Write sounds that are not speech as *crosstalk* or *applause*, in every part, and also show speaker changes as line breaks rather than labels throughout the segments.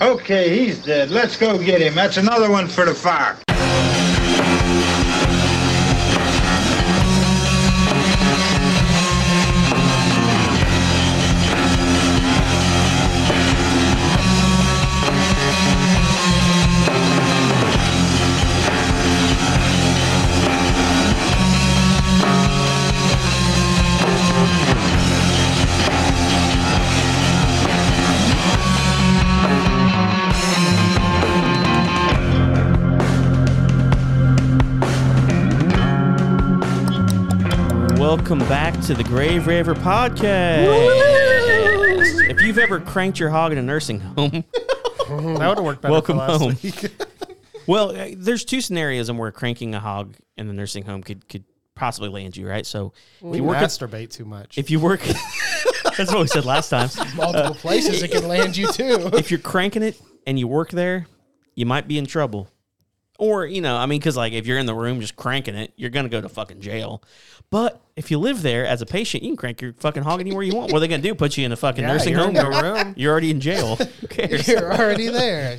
Okay, he's dead. Let's go get him. That's another one for the fire.
Welcome back to the Grave Raver Podcast. if you've ever cranked your hog in a nursing home, *laughs*
That would have worked better.
welcome
for last
home.
week.
*laughs*
well, uh, there's two scenarios on where cranking a hog in the nursing home could could possibly land you, right? So if
We
you work, at,
masturbate too much.
if you work, *laughs* that's what we said last time.
*laughs* Multiple places it can land you
*laughs*
too.
if you're cranking it and you work there, you might be in trouble. Or, you know, I mean, because like if you're in the room just cranking it, you're going to go to fucking jail. But if you live there as a patient, you can crank your fucking hog anywhere you want. What are they going to do? Put you in a fucking
Yeah,
nursing
you're
home?
in the room.
You're already in jail. Who cares?
*laughs* You're already there.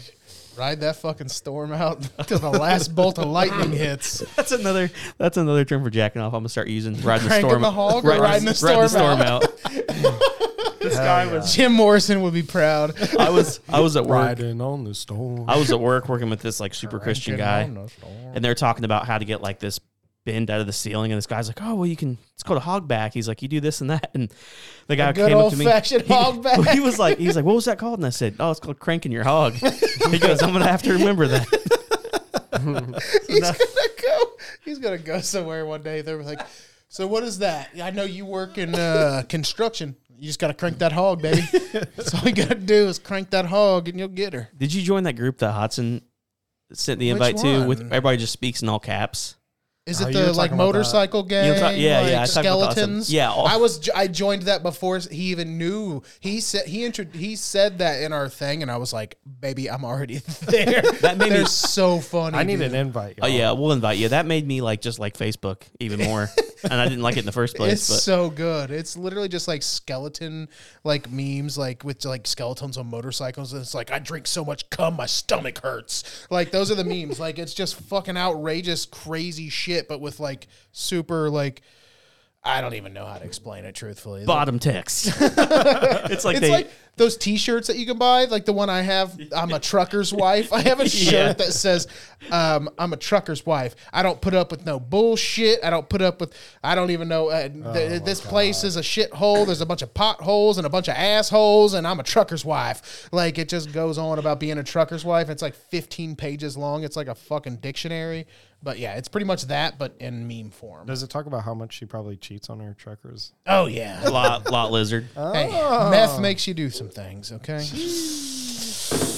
Ride that fucking storm out *laughs* till the last bolt of lightning hits.
That's another. That's another term for jacking off. I'm gonna start using riding the
Cranking
storm.
the hog or riding the storm
out. this guy was.
Jim Morrison would be proud.
I was. I was at work.
riding on the storm.
I was at work working with this like super Christian guy. and they're talking about how to get like this bend out of the ceiling and this guy's like oh well you can it's called a hog back he's like you do this and that and the guy
good
came up to me
old-fashioned
he-
hog back.
he was like he's like what was that called and i said oh it's called cranking your hog he goes i'm gonna have to remember that
*laughs* *laughs* He's gonna go. He's gonna go somewhere one day. They're like, so what is that? I know you work in uh, construction. You just gotta crank that
*laughs*
hog, baby. That's all you gotta do is crank that hog, and you'll get her.
did you join that group that hudson sent the
Which
invite to with
one?
everybody just speaks in all caps
Is
Oh,
it
you were
the like
talking about that.
motorcycle gang?
were talk- yeah,
like,
yeah, I talked about that some-
Skeletons.
yeah, all-
I was. jo- I joined that before he even knew. He said he intro- He said that in our thing, and I was like, "Baby, I'm already *laughs* there."
That made me-
They're so funny.
I need
dude.
an invite.
oh
y'all.
yeah we'll invite you that made me like just like facebook even
*laughs*
more and i didn't like it in the first place
It's
but
so good. It's literally just like skeleton like memes, like with like skeletons on motorcycles. And it's like, I drink so much cum, my stomach hurts. Like those are the memes. Like it's just fucking outrageous, crazy shit, but with like super like I don't even know how to explain it truthfully.
bottom
*laughs*
text *laughs* it's like
it's
they
like those T-shirts that you can buy, like the one I have. I'm a
*laughs*
trucker's wife. I have a shirt
Yeah.
that says, um, "I'm a trucker's wife. I don't put up with no bullshit. I don't put up with. I don't even know. Uh, th-
Oh
this place is a shithole. There's a bunch of potholes and a bunch of assholes, and I'm a trucker's wife. Like it just goes on about being a trucker's wife. It's like 15 pages long. It's like a fucking dictionary. But yeah, it's pretty much that, but in meme form.
Does it talk about how much she probably cheats on her truckers?
Oh yeah.
lot, lot lizard
Hey,
Oh.
meth makes you do some things. Okay.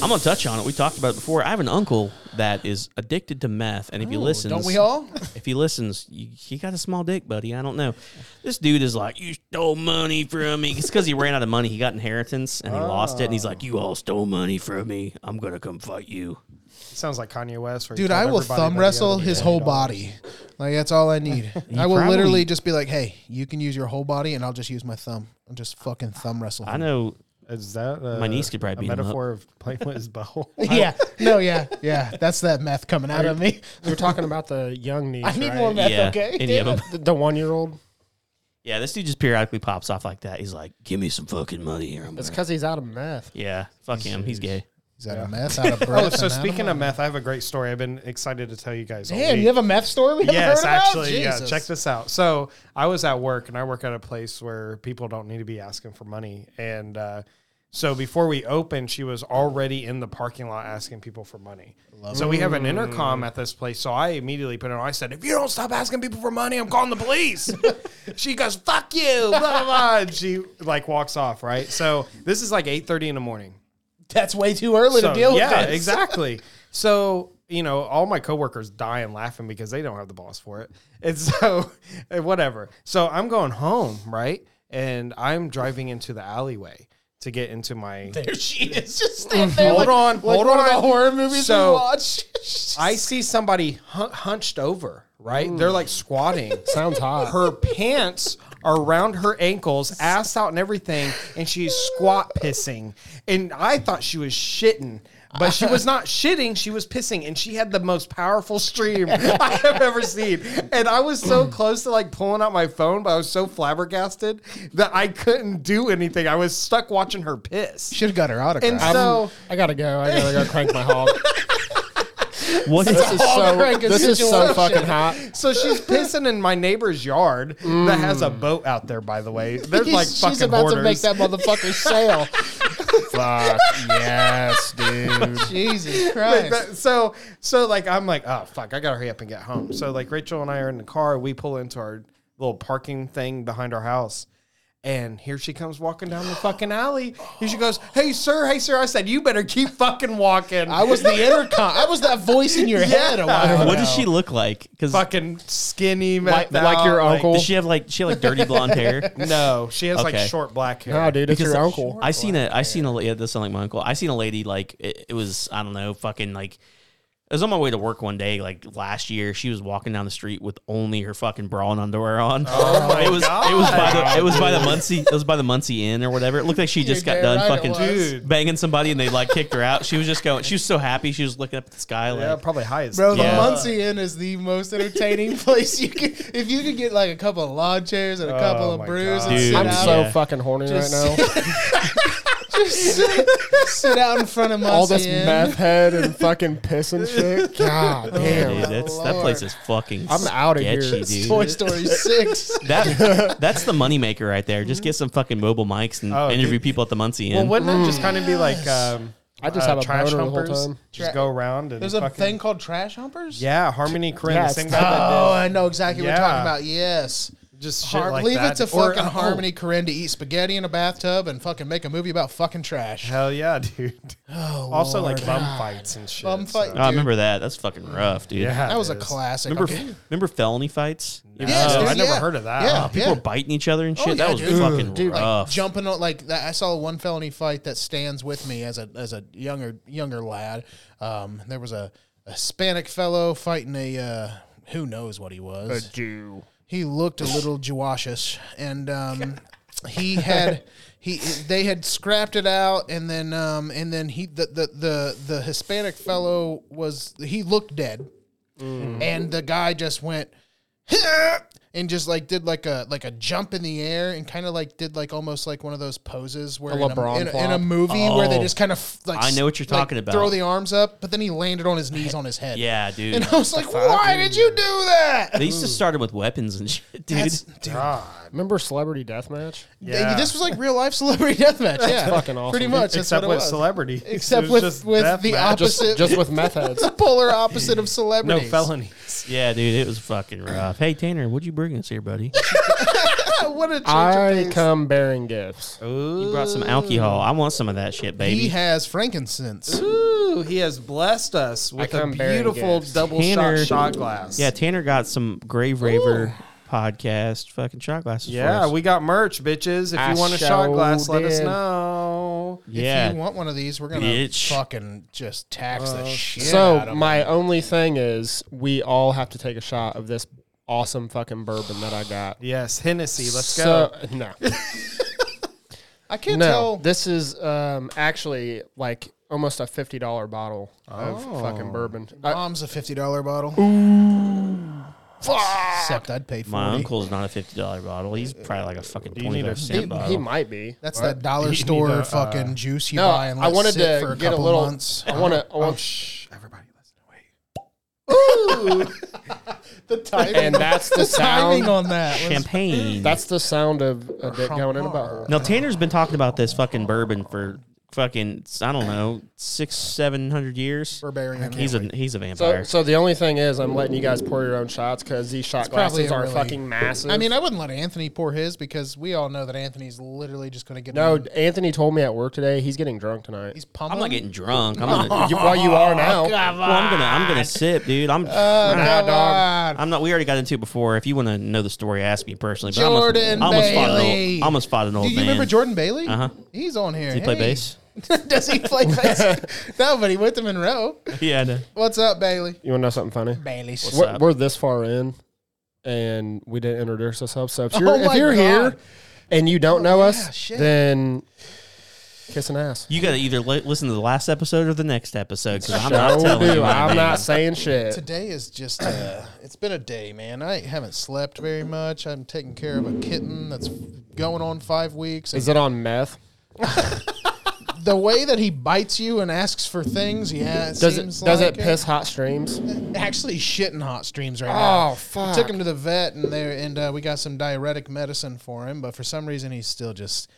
I'm gonna touch on it. We talked about it before. I have an uncle that is addicted to meth, and if he listens,
Don't we all?
*laughs* If he listens, you, he got a small dick, buddy. I don't know. This dude is like, you stole money from me. It's because he ran out of money. He got inheritance and he lost it, and he's like,
Oh.
you all stole money from me. I'm gonna come fight you.
It sounds like Kanye West. where he
Dude,
told
I will
everybody that
thumb
he
wrestle
owed
his
$20.
whole body. Like that's all I
*laughs*
need. I will
probably-
literally just be like, "Hey, you can use your whole body, and I'll just use my thumb. I'll just fucking thumb wrestle."
I know.
Is that a,
My niece could probably beat
a
him up.
metaphor of playing with
*laughs*
his butthole?
Yeah, no, yeah, yeah. That's that meth coming out of
*laughs*
me.
we were talking about the young *laughs* niece.
*laughs* I need
right?
more meth.
yeah,
okay.
any of them.
The, the one year old.
Yeah, this dude just periodically pops off like that. He's like, give me some fucking money here. I'm
It's
gonna-"
because he's out of meth.
Yeah, fuck him. He's gay.
Is that a meth out of breath?
*laughs* Oh, so
and out
speaking
my-
of meth, I have a great story. I've been excited to tell you guys. all
damn,
week.
you have a meth story? We haven't
yes,
heard about?
actually, yeah.
Jesus.
Check this out. So I was at work, and I work at a place where people don't need to be asking for money. And uh, so before we opened, she was already in the parking lot asking people for money. so we have
Mm.
an intercom at this place. So I immediately put it on. I said, "If you don't stop asking people for money, I'm calling
*laughs*
the police." she goes, "Fuck you!" Blah blah blah. And she like walks off. Right. So this is like eight thirty in the morning.
That's way too early to
So,
deal with
yeah,
this.
exactly. So, you know, all my coworkers die and laughing because they don't have the balls for it. And *laughs* so, and whatever. So I'm going home, right? And I'm driving into the alleyway to get into my.
There *laughs* she is, just standing there.
Mm-hmm. Hold
like-
on,
like
hold
one of
on.
the horror movies
So-
we watch. *laughs*
I see somebody hun- hunched over, right? They're like squatting.
Sounds hot.
Her pants are around her ankles, ass out and everything, and she's squat pissing. And I thought she was shitting. But she was not shitting, she was pissing, and she had the most powerful stream I have ever seen. And I was so close to like pulling out my phone, but I was so flabbergasted that I couldn't do anything. I was stuck watching her Um, piss.
Should have got her autograph.
And so
I gotta go. I gotta go crank my hog.
What is
This
*laughs*
is so.
cranking
This is so
situation.
fucking hot.
So she's pissing in my neighbor's yard that has a boat out there. By the way, there's like
She's
fucking
about to make
hoarders.
that motherfucker sail.
*laughs* Fuck yes, dude.
Jesus
Like
Christ.
that- so so like I'm like oh fuck I gotta hurry up and get home. So like Rachel and I are in the car. We pull into our little parking thing behind our house. And here she comes walking down the fucking alley. And she goes, Hey, sir, hey, sir. I said, You better keep fucking walking.
I
*laughs*
was the intercom. I was that voice in your head a while ago.
What does she look like? Because
fucking skinny,
Like-
methed
like your
out,
uncle?
does she have like she had, like dirty blonde
*laughs*
hair?
no, she has
Okay.
like short black hair.
No, dude, it's your uncle.
I seen a I seen a yeah, this sound like my uncle. I seen a lady like it, it was I don't know fucking like I was on my way to work one day like last year. She was walking down the street with only her fucking bra and underwear on. Oh
my
*laughs* it was
God.
it was by the it was by the Muncie it was by the Muncie Inn or whatever. It looked like she just
You're
got
damn
done
right it
fucking
was.
Dude.
banging somebody and they like kicked her out. She was just going. She was so happy. She was looking up at the sky like.
Yeah, probably high as
Bro, the
Yeah.
Muncie Inn is the most entertaining *laughs* place you can. If you could get like a couple of lawn chairs and a
Oh
couple
my
of brews
God.
and
Dude,
sit
I'm
out,
so
Yeah.
fucking horny right
Just-
now.
*laughs* sit, sit out in front of Muncie
All this
Inn.
meth head *laughs* and fucking piss
*laughs*
and shit. God damn.
Dude, that's, that
Lord.
place is fucking.
I'm outta here.
sketchy,
It's
dude.
Toy Story
*laughs*
Six.
That that's the moneymaker right there. Just get some fucking mobile mics and
Oh,
interview people at the Muncie
Well,
Inn.
wouldn't it just kind of be like um,
Mm. I just have a boner the whole time.
Just
Tra-
go around and
There's a
fucking-
thing called trash humpers.
Yeah, Harmony Corinne,
Yeah,
the same
it's
guy
Oh,
that
I know exactly what
Yeah.
you're talking about. Yes.
did just shit
Har-
like
leave
that.
it to
Or-
fucking
oh,
Harmony Corinne to eat spaghetti in a bathtub and fucking make a movie about fucking trash.
Hell yeah, dude.
Oh,
also
Lord.
like bum fights and shit.
Bum
so-
fight.
Oh, I remember that. That's fucking rough, dude.
Yeah,
That
it
was a
is.
classic.
Remember,
Okay.
remember felony fights? You
Yes,
Oh,
dude,
I never
yeah.
heard of that.
Yeah,
Oh,
people
yeah.
were biting each other and
Oh,
shit.
yeah,
that was
dude.
fucking
Dude, like,
rough.
jumping on like that. I saw one felony fight that stands with me as a as a younger younger lad. Um, there was a, a Hispanic fellow fighting a uh, who knows what he was.
Jew.
he looked a little Jewashish, and um, he had he they had scrapped it out, and then um, and then he the, the the the Hispanic fellow was he looked dead, and the guy just went *laughs* and just like did like a like a jump in the air and kind of like did like almost like one of those poses where in a-
LeBron
in, a, in, a,
flop.
movie where they
Oh.
just kind of like
I know what you're
like,
talking about.
throw the arms up, but then he landed on his knees on his head.
yeah, dude.
and I was like, why did you do that?
they used to start them with weapons and *laughs* shit, dude.
That's- dude,
Remember Celebrity Deathmatch?
Th-
Yeah.
This was like real life celebrity
*laughs*
deathmatch. yeah,
fucking awesome,
Pretty
dude.
much, that's what
Except
it
with
was.
celebrity.
Except with with the
Just,
opposite,
just with
*laughs*
meth heads.
polar opposite of
no
celebrities.
felonies.
yeah, dude. It was fucking rough. Hey, Tanner, what'd you bring us here, buddy?
*laughs* what a change of
I
pace.
come bearing gifts.
you brought some alcohol. I want some of that shit,
He
baby.
has frankincense.
Ooh, he has blessed us with a
come bearing
beautiful
gifts.
double shot
Tanner-
shot glass.
yeah, Tanner got some Grave Raver podcast fucking shot glasses.
Yeah,
for us.
we got merch, bitches. If you
I
want a shot
sure
glass, let us
did.
know.
yeah.
If you want one of these, we're gonna
Bitch.
fucking just tax the shit. out
Uh, so
of
my only thing is we all have to take a shot of this awesome fucking bourbon that I got.
Yes, Hennessy. Let's
So-
*laughs*
go.
No.
I can't
no.
tell.
This is um, actually like almost a fifty dollar bottle
Oh.
of fucking bourbon. Uh, I,
Mom's a fifty dollar bottle. Except I'd pay
My
forty.
uncle's not a fifty dollar bottle. He's probably like a fucking
you
twenty
need
dollar
a-
he,
cent bottle.
he might be.
That's
*laughs*
that dollar store
a, uh,
fucking juice you
No,
buy and let
I wanted
sit
to
for a
get a
couple
little.
months. Oh,
I want to. I want,
Shh, everybody, listen.
*laughs*
*laughs* the timing,
and that's the
timing
sound.
on that. was-
Champagne.
That's the sound of a dick going in a butthole.
Now Tanner's been talking about this fucking bourbon for fucking I don't know six seven hundred years.
We're bearing him.
He's a he's a
So,
vampire.
so the only thing is, I'm letting you guys pour your own shots because these shot
probably
glasses
a
are
really-
fucking massive.
I mean, I wouldn't let Anthony pour his because we all know that Anthony's literally just going to get
no,
him-
Anthony told me at work today he's getting drunk tonight.
He's Oh, pumping.
I'm not getting drunk. I'm gonna
You- well, you are now.
well, I'm gonna I'm gonna sip, dude. I'm
Nah, dog.
God.
I'm not. We already got into it before. If you want to know the story, ask me personally. But
Jordan
I almost, I almost fought an
Bailey.
old. I almost fought an old
Do you
man.
remember Jordan Bailey?
Uh-huh.
He's on here.
Did he play
Hey.
bass?
*laughs* Does
*laughs*
he play bass? no, but he went to Monroe.
Yeah. I know.
What's up, Bailey?
You want to know something funny?
Bailey.
We're, we're this far in, and we didn't introduce ourselves. So
*laughs*
if you're, if
Oh my
you're here
God. Oh,
and you don't know
yeah,
us,
shit.
then kiss an ass.
You got to either li- listen to the last episode or the next episode because I'm
I
not
will
telling
do.
you. my
I'm
name.
not saying shit.
Today is just, uh, it's been a day, man. I haven't slept very much. I'm taking care of a kitten that's going on five weeks.
Is it on meth?
the way that he bites you and asks for things, yeah, it
Does it
seems
does
like
it piss hot streams?
Actually, shitting hot streams right now.
Oh,
I
fuck.
took him to the vet, and there, and uh, we got some diuretic medicine for him. But for some reason, he's still just,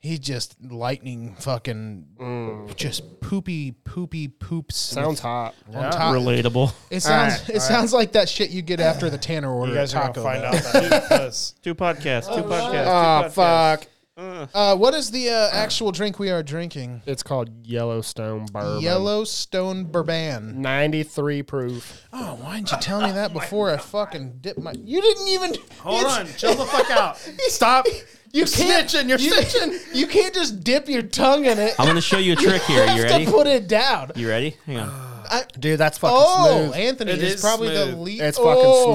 he's just lightning fucking,
Mm.
just poopy, poopy poops.
Sounds hot.
on top.
relatable.
It sounds, it sounds like that shit you get after the Tanner order.
You guys
at
are
Taco
gonna find
Bell.
out *laughs* that because
Two podcasts. Two podcasts.
Oh fuck!
Uh, what is the uh, actual drink we are drinking?
It's called Yellowstone bourbon.
Yellowstone Bourbon.
ninety three proof.
Oh, why didn't you tell me that before I fucking dipped my? You didn't even.
hold
it's-
on, chill the fuck
*laughs*
out. Stop.
You
You're
can't-
snitching, you're
you, *laughs*
snitching.
You can't just dip your tongue in it.
Oh. I'm going to show you a trick here. You
*laughs* You have
ready?
to put it down.
You ready? Hang on.
Dude, that's fucking
Oh, Anthony
It
is
is
probably the Oh,
smooth.
least.
It's fucking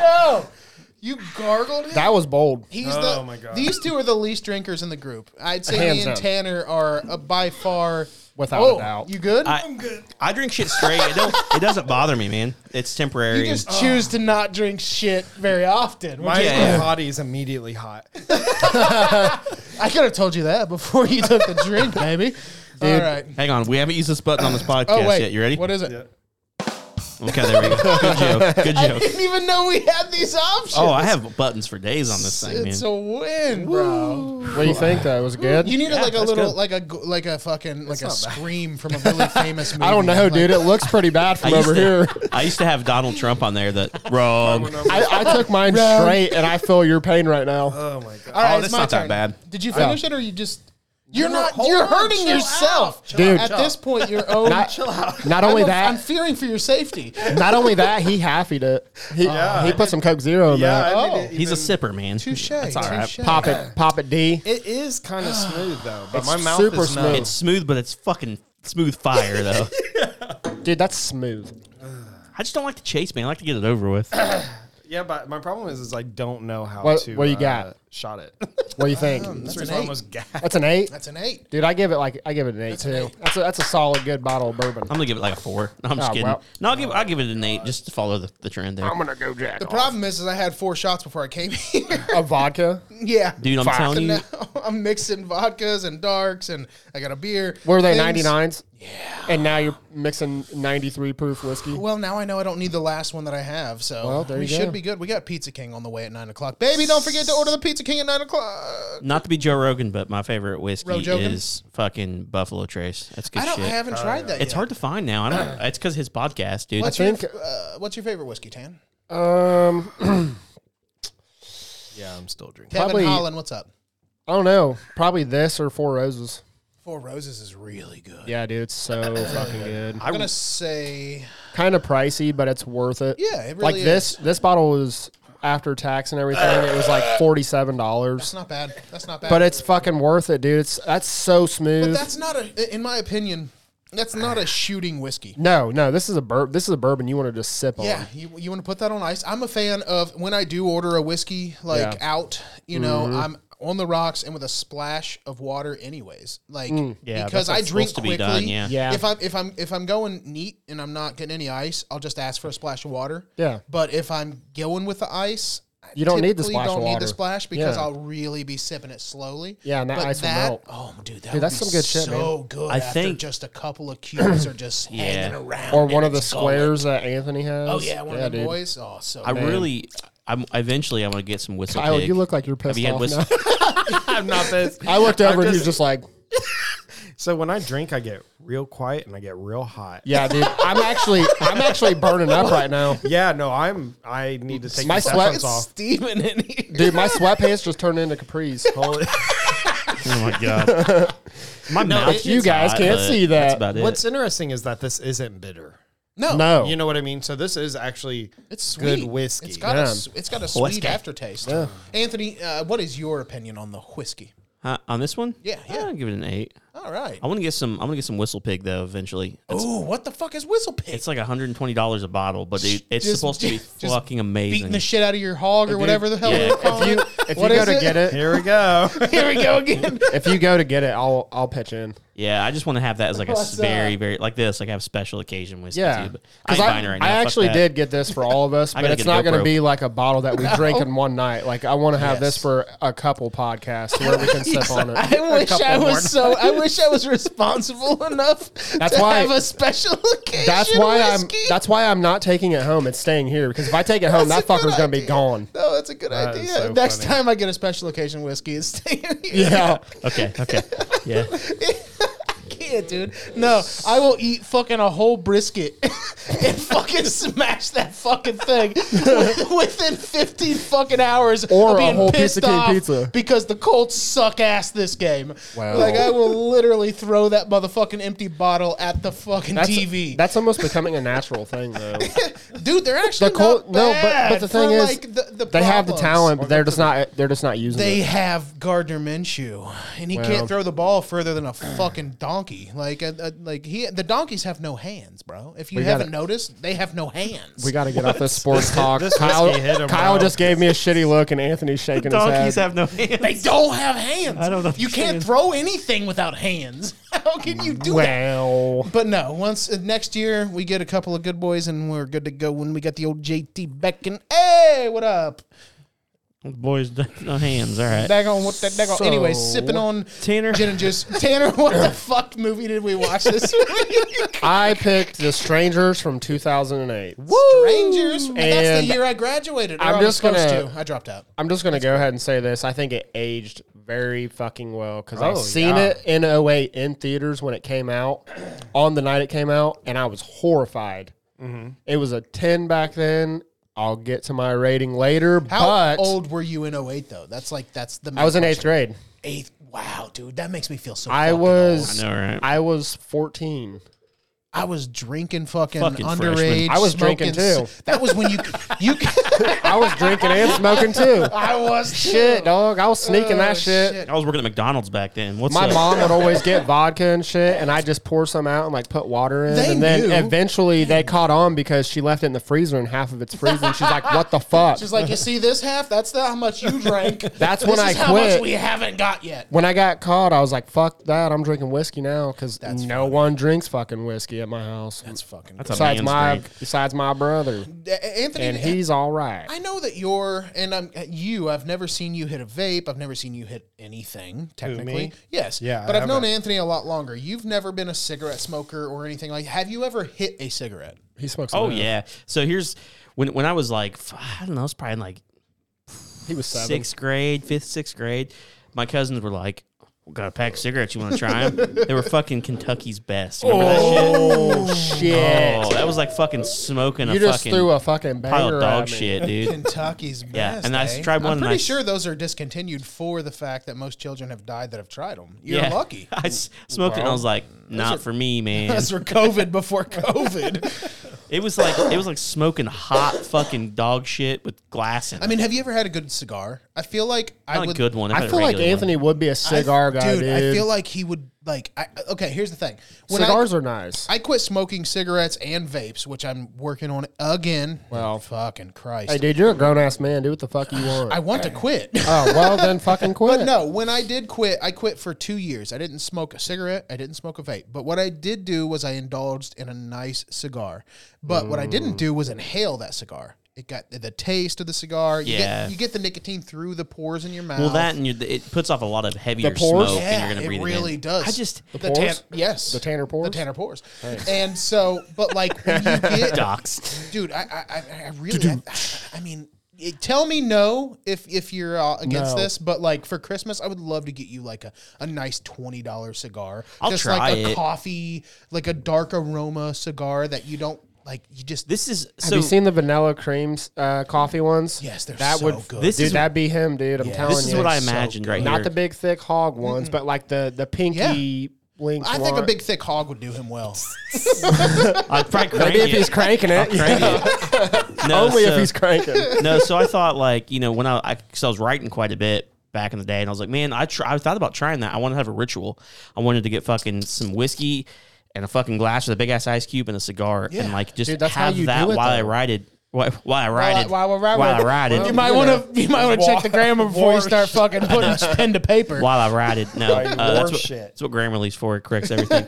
no, you gargled it.
That was bold.
He's
Oh
the,
my God.
These two are the least drinkers in the group. I'd say
Hands
me and
up.
Tanner are uh, by far.
Without a
oh,
doubt.
you good?
I, am good. I drink shit straight. It, don't, it doesn't bother me, man. It's temporary.
you just oh. choose to not drink shit very often. which
My
is-
Yeah.
body is immediately *laughs* hot.
I could have told you that before you took the
*laughs*
drink, baby. All right.
Hang on. We haven't used this button on this podcast
Oh wait,
yet. You ready?
What is it?
Okay, there we
*laughs*
go. Good joke. Good
I
joke.
didn't even know we had these options.
Oh, I have buttons for days on this thing, man.
it's a win, bro.
What do you think? That was it good.
You needed like a
that's
little,
good.
like a, g- like a fucking, like a scream from a
*laughs*
really famous movie.
I don't know,
Like,
dude. It looks pretty bad from
I used
over
to-
here.
I used to have Donald Trump on there
*laughs*
that Oh, wrong.
I, I took mine straight, and I feel your pain right now.
Oh my god.
All
Oh,
right, it's
that's
my
not that
turn.
bad.
Did you finish it, or you just? You're not.
hold
You're
on,
hurting
chill
yourself,
out,
Dude.
At this point,
*laughs*
your own.
Not,
I'm
not only
a- I'm
that,
fearing for your
*laughs*
safety.
not only that, he halfied it. He,
Yeah.
he put some Coke Zero in
Yeah,
there.
I need
Oh.
to
He's a
even-
sipper, man.
Touche.
That's all right.
touche.
Pop it, pop it, D.
It is kind
*gasps*
of smooth though, but
It's
my mouth
super
is numb.
smooth.
It's smooth, but it's fucking smooth fire
*laughs*
though.
Dude, that's smooth.
I just don't like to chase, man. I like to get it over with.
Yeah, but my problem is, is I don't know how
What-
to.
what you
uh,
got?
Shot
*laughs*
it. *laughs*
What do you think?
That's
an
reason I
eight.
almost gagged.
That's an eight,
That's an eight.
dude. I give it like I give it an eight too. That's a, that's a solid, good bottle of bourbon.
I'm gonna give it like a four. *laughs* No, I'm just
Oh,
kidding.
well.
no, I'll give I'll give it an eight just to follow the, the trend there.
gonna go jack.
The problem is, is I had four shots before I came *laughs* here.
A vodka.
yeah,
Dude, I'm
Fuck.
telling
*laughs*
you,
now I'm mixing vodkas and darks, and I got a beer.
Were they
Things-
ninety nines? Yeah. And now you're mixing ninety three proof whiskey.
Well, now I know I don't need the last one that I have, so
Well, there
we
you go.
should be good. We got Pizza King on the way at nine o'clock, baby. Don't forget to order the Pizza King at nine o'clock.
not to be Joe Rogan, but my favorite whiskey
Ro Jogan?
is fucking Buffalo Trace. That's good
I don't.
shit. Uh,
I haven't tried that.
it's
yet.
hard to find now. I don't.
*clears throat*
It's because his podcast, dude.
What's
I
your,
think-
uh, what's your favorite whiskey, Tan?
Um,
*clears throat*
Yeah, I'm still drinking. *laughs*
Kevin
Probably-
Holland, what's up?
I don't know. Probably this or Four Roses.
Four Roses is really good.
Yeah, dude,
*clears throat*
it's so fucking good.
I'm gonna say
Kind of pricey, but it's worth it.
Yeah, it
like
really
this. This bottle was after tax and everything. It was like forty seven
that's
dollars,
not bad. That's not bad.
but it's fucking worth it, dude. It's that's so smooth.
that's not a. In my opinion, that's not a shooting whiskey.
no, no, this is a bur- This is a bourbon you want to just sip on.
Yeah, you, you want to put that on ice. I'm a fan of when I do order a whiskey like
Yeah. Mm-hmm.
out. You know, I'm on the rocks and with a splash of water, anyways. Like
Yeah,
because
that's
I
what's
drink
supposed to be
quickly.
done, yeah.
Mm. Yeah.
If I'm if I'm if I'm going neat and I'm not getting any ice, I'll just ask for a splash of water.
Yeah.
But if I'm going with the ice. I
You don't need the
typically
splash of
Don't need
water.
the splash because
Yeah.
I'll really be sipping it slowly.
Yeah, and that
But
ice will melt.
Oh, dude, that
Dude,
would
that's
be
some good shit, man.
so good.
I
after
think-
just a couple of cubes are just hanging around.
Or
and
one of the
it's going.
squares that Anthony has.
Oh yeah, one of the
dude.
boys. Oh, so
I
good.
really. I'm eventually. I'm gonna get some whistle.
Kyle,
pig.
you look like you're
Have
pissed
you had
off.
whistle? *laughs*
now.
I'm not this.
I looked
I'm
over and he was just like,
So when I drink, I get real quiet and I get real hot.
"Yeah, dude, I'm actually, I'm actually burning up
*laughs*
right now,
Yeah, no, I'm. I need to take
My
my
sweat-
sweats off.
Steven in here.
dude. My sweatpants just turned into
*laughs*
capris.
Holy-
Oh my god.
*laughs*
My mouth.
you
gets
guys
hot,
can't
but
see that.
That's about it.
What's interesting is that this isn't bitter.
no,
*laughs* No,
You know what I mean? So this is actually *laughs*
It's sweet.
good whiskey.
It's got
Yeah.
a, s- it's got a sweet
Whiskey.
aftertaste. Anthony, uh, what is your opinion on the whiskey?
Huh, on this one?
Yeah, yeah.
I'll give it an eight.
All right.
I want to get some. I'm gonna get some whistle pig though eventually. It's,
Ooh, what the fuck is whistle pig?
it's like 120 dollars a bottle, but dude, it's
Just-
supposed to
*laughs*
be
just
fucking amazing.
Beating the shit out of your hog or whatever the hell
yeah,
they're
if
calling
you,
it.
if
What
you go
is
to
it?
get it,
Here we *laughs* go.
*laughs* Here we go again.
*laughs* if you go to get it, I'll I'll pitch in.
yeah, I just want to have that as like a
What's
very, very like this. Like I have special occasion whiskey.
Yeah,
too, but I
because
ain't
I,
buying it right now.
I
Fuck
actually
that.
did get this for all
*laughs*
of us, but
gotta
it's
get a
not going to
GoPro.
be like a bottle that we drink in one night. Like I want to have this
Yes.
for a couple podcasts
*laughs*
where we can sip on it.
I wish I
couple more.
was so. I wish I was *laughs* responsible enough
That's
to
why-
have a special occasion.
That's why I'm.
whiskey.
That's why I'm not taking it home. It's staying here because if I take it home,
That's
that
a good
fucker's going to be
idea.
gone. *laughs*
No, that's a good
That
idea.
is so
Next
funny.
time I get a special occasion whiskey, *laughs* it's staying here.
Yeah, *laughs*
Okay. Okay. Yeah.
can't, dude. No, I will eat fucking a whole brisket *laughs* and fucking smash that fucking thing *laughs* within 15 fucking hours
Or
of
a
being
whole piece
pissed
of canned
off
pizza.
because the Colts suck ass this game.
Wow.
Like I will literally throw that motherfucking empty bottle at the fucking
that's,
TV.
That's almost becoming a natural
*laughs*
thing though.
dude, they're actually
The Colt-
not
no, but-
bad
but the thing
for,
is,
like, the, the
They have the
problems.
talent, but they're just not. They're just not using
They
it.
have Gardner Minshew, and he
Well-
can't throw the ball further than a fucking donkey. Like, uh, uh, like he, the donkeys have no hands, bro. If you
We gotta-
haven't noticed, they have no hands.
We got to get
*laughs*
off this sports talk.
this
Kyle,
whiskey hit 'em,
Kyle
bro.
just gave me a shitty look, and Anthony's shaking his head.
Donkeys
*laughs*
have no hands.
they don't have hands.
I don't
You can't
understand.
throw anything without hands. *laughs* How can you do that?
well,
But no, once uh, next year we get a couple of good boys and we're good to go. When we got the old JT back and hey, what up?
Boys, no hands. All right.
Back on what that? Back on. anyway,
So-
sipping on
Tanner.
gin and juice. Tanner, what
*laughs*
the fuck movie did we watch this week? *laughs*
I picked The Strangers from 2008.
Strangers. Well, that's the
And
year I graduated. or
I'm
I was
just gonna-
supposed to. I dropped out.
I'm just gonna go ahead and say this. I think it aged very fucking well because
Oh,
I've seen
yeah.
it in 08 in theaters when it came out *clears throat* on the night it came out, and I was horrified. It was a 10 back then. I'll get to my rating later,
How
but
old were you in 08, though? That's like that's the.
I was in eighth grade.
Eighth. Wow, dude, that makes me feel so.
I
fucking
was
I know, right?
I was 14.
old. I was drinking fucking,
Fucking
underage.
freshman.
I was drinking,
smoking
too.
c- That was when you
*laughs*
you. *laughs*
I was drinking and smoking too.
I was Oh,
Shit, dog. I was sneaking that shit.
I was working at McDonald's back then. What's
My
up?
mom would
*laughs*
always get vodka and shit, and I just pour some out and like put water in,
They
and then
knew.
eventually they caught on because she left it in the freezer and half of it's freezing. She's like,
*laughs*
"What the fuck?"
She's like, you see this half? That's the, how much you drank.
That's
This
when I
is how much
quit.
we haven't got yet.
When I got caught, I was like, "Fuck that! I'm drinking whiskey now because no one drinks fucking whiskey at my house
That's fucking.
That's a
besides
man's
my
drink.
besides my brother,
Anthony
and he's all right."
I know that you're, and I'm uh, you. I've never seen you hit a vape. I've never seen you hit anything. Technically,
me?
yes,
Yeah, I
But I've known
haven't.
Anthony a lot longer. You've never been a cigarette smoker or anything like. Have you ever hit a cigarette?
He smokes.
Oh
meth.
yeah. So here's when when I was like f- I don't know, it's probably in like
he was seven.
sixth grade, fifth, sixth grade. My cousins were like, "We got a pack of cigarettes. You want to try
*laughs*
them?" they were fucking Kentucky's best. Remember
Oh shit!
that shit? Oh, that was like fucking smoking
you
a
just
fucking
threw a fucking
pile
banger
of dog
at me.
shit,
*laughs*
dude.
Kentucky's best.
Yeah, and I
eh?
tried one
I'm
and
pretty
I-
sure those are discontinued for the fact that most children have died that have tried them. You're
yeah,
lucky.
*laughs* I s- smoked it and I was like, "Not for
*laughs*
me, man."
Those were COVID before *laughs* COVID.
It was like it was like smoking hot fucking dog shit with glass in it.
I mean, have you ever had a good cigar? I feel like I
not a
would
good one.
I
had a
feel like
regular one.
Anthony would be a cigar
I-
guy, dude.
dude, I feel like he would like. I, okay, here's the thing. When I-
Cigars are nice.
I quit smoking cigarettes and vapes, which I'm working on again. Well, fucking Christ.
Hey, dude, you're a grown ass man. Do what the fuck you want.
I want to quit.
Uh,
*laughs*
oh, well, then fucking quit.
but no, when I did quit, I quit for two years. I didn't smoke a cigarette. I didn't smoke a vape. But what I did do was I indulged in a nice cigar. But what I didn't do was inhale that cigar. It got the taste of the cigar. You
Yeah.
Get, you get the nicotine through the pores in your mouth.
Well, that and you it puts off a lot of heavier
pores?
smoke, and
Yeah,
you're gonna breathe in.
it really does.
I just
the
pores?
tan- yes,
The Tanner pores?
the Tanner pores, and so, but like when
*laughs*
you get
doxed.
dude, I, I, I- I really, I, I mean, it- tell me no if if you're uh, against
No.
this, but like for Christmas, I would love to get you like a, a nice twenty dollar cigar,
I'll
just
try
like a
it.
coffee, like a dark aroma cigar that you don't like. You just
This is
Have
so.
you seen the vanilla creams uh, coffee ones?
yes, they're
that
so
would.
good.
this
Dude,
is
that'd be him, dude. I'm telling
this is
you.
what I
so
imagined right
Not
here.
the big thick hog ones, but like the the pinky links.
I think a
one.
big thick hog would do him well.
I'd probably crank
Maybe if
it.
he's cranking
*laughs*
it.
Crank it. *laughs* No,
*laughs* Only
so,
if he's cranking.
no. So I thought like you know when I I, 'cause I was writing quite a bit, back in the day, and I was like, man, I tr- I thought about trying that. I wanted to have a ritual. I wanted to get fucking some whiskey and a fucking glass with a big ass ice cube and a cigar, and like just
Dude, that's how
have
you
that
do it,
while I
though.
ride it. While, while I ride it,
While, I- while, I-
while I ride it,
you might want to you might want to check the grammar before you start
*laughs*
fucking putting pen to paper.
while I ride it. No,
Right,
uh, that's,
war
what,
shit.
that's what Grammarly's for. It corrects everything.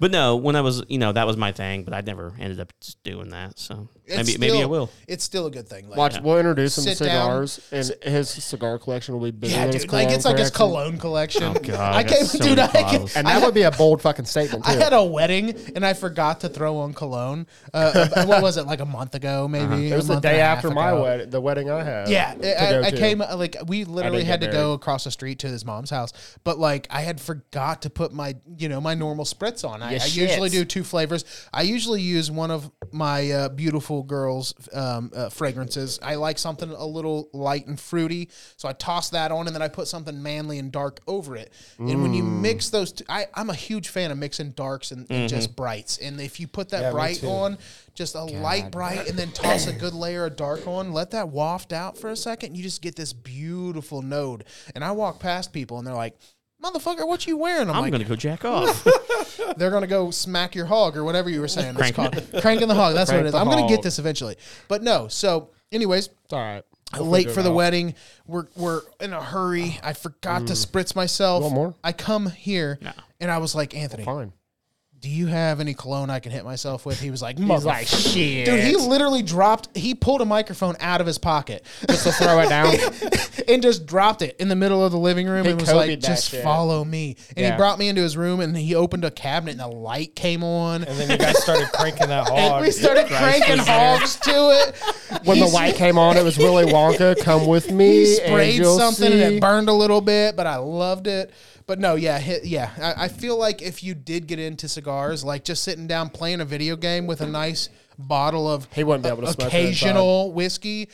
but no, when I was, you know, that was my thing, but I never ended up just doing that. So
It's
maybe
still-
maybe *laughs* I will.
It's still a good thing. Like,
Watch, we'll introduce him to
Sit down.
cigars, and his cigar collection will be bigger
yeah,
than his
dude, like it's like his
collection.
cologne collection.
Oh, God,
I
I got
came,
so
dude. I,
many
came,
bottles.
And that would be a bold fucking statement too.
I had a wedding and I forgot to throw on cologne. Uh, uh, what was it? Like a month
Uh-huh.
ago, maybe.
it was the day after my wedding, the wedding I had.
Yeah,
to
I,
go
I
to.
came uh, like we literally
get
had to go
married.
across the street to his mom's house, but like I had forgot to put my you know my normal spritz on. I, I usually do two flavors. I usually use one of my uh, beautiful girls' um, uh, fragrances. I like something a little light and fruity, so I toss that on, and then I put something manly and dark over it. And when you mix those, two, I, I'm a huge fan of mixing darks and, and just brights. And if you put that bright on, just a light bright and then toss a good layer of dark on. Let that waft out for a second. You just get this beautiful node. And I walk past people and they're like, motherfucker, what you wearing? I'm,
I'm
like,
gonna go jack off.
they're going to go smack your hog or whatever you were saying. It's
Crank
called cranking the hog. That's what
Crank
it is.
the
I'm going to get
hog.
this eventually. But no. So, anyways,
It's all right.
late for the wedding. We're we're in a hurry. I forgot to
Mm.
spritz myself.
want more?
I come here
No.
and I was like, Anthony,
Fine.
do you have any cologne I can hit myself with? He was like,
He's
motherfucker.
like shit.
Dude, he literally dropped. He pulled a microphone out of his pocket
just to throw it down.
*laughs* and just dropped it in the middle of the living room
He
and was
Kobe'd
like,
that
"Just
shit.
follow me." And he
Yeah.
brought me into his room and he opened a cabinet and the light came on.
And then you guys started cranking that
And
hog.
we started cranking hogs to it.
when the
He's-
light came on, it was Willy Wonka. Come with me.
*laughs* He
and
sprayed
you'll
something and
see."
it burned a little bit, but I loved it. But no, yeah, hit, yeah. I, I feel like if you did get into cigars, like just sitting down playing a video game with a nice bottle of
He wouldn't be able to smoke it
occasional whiskey,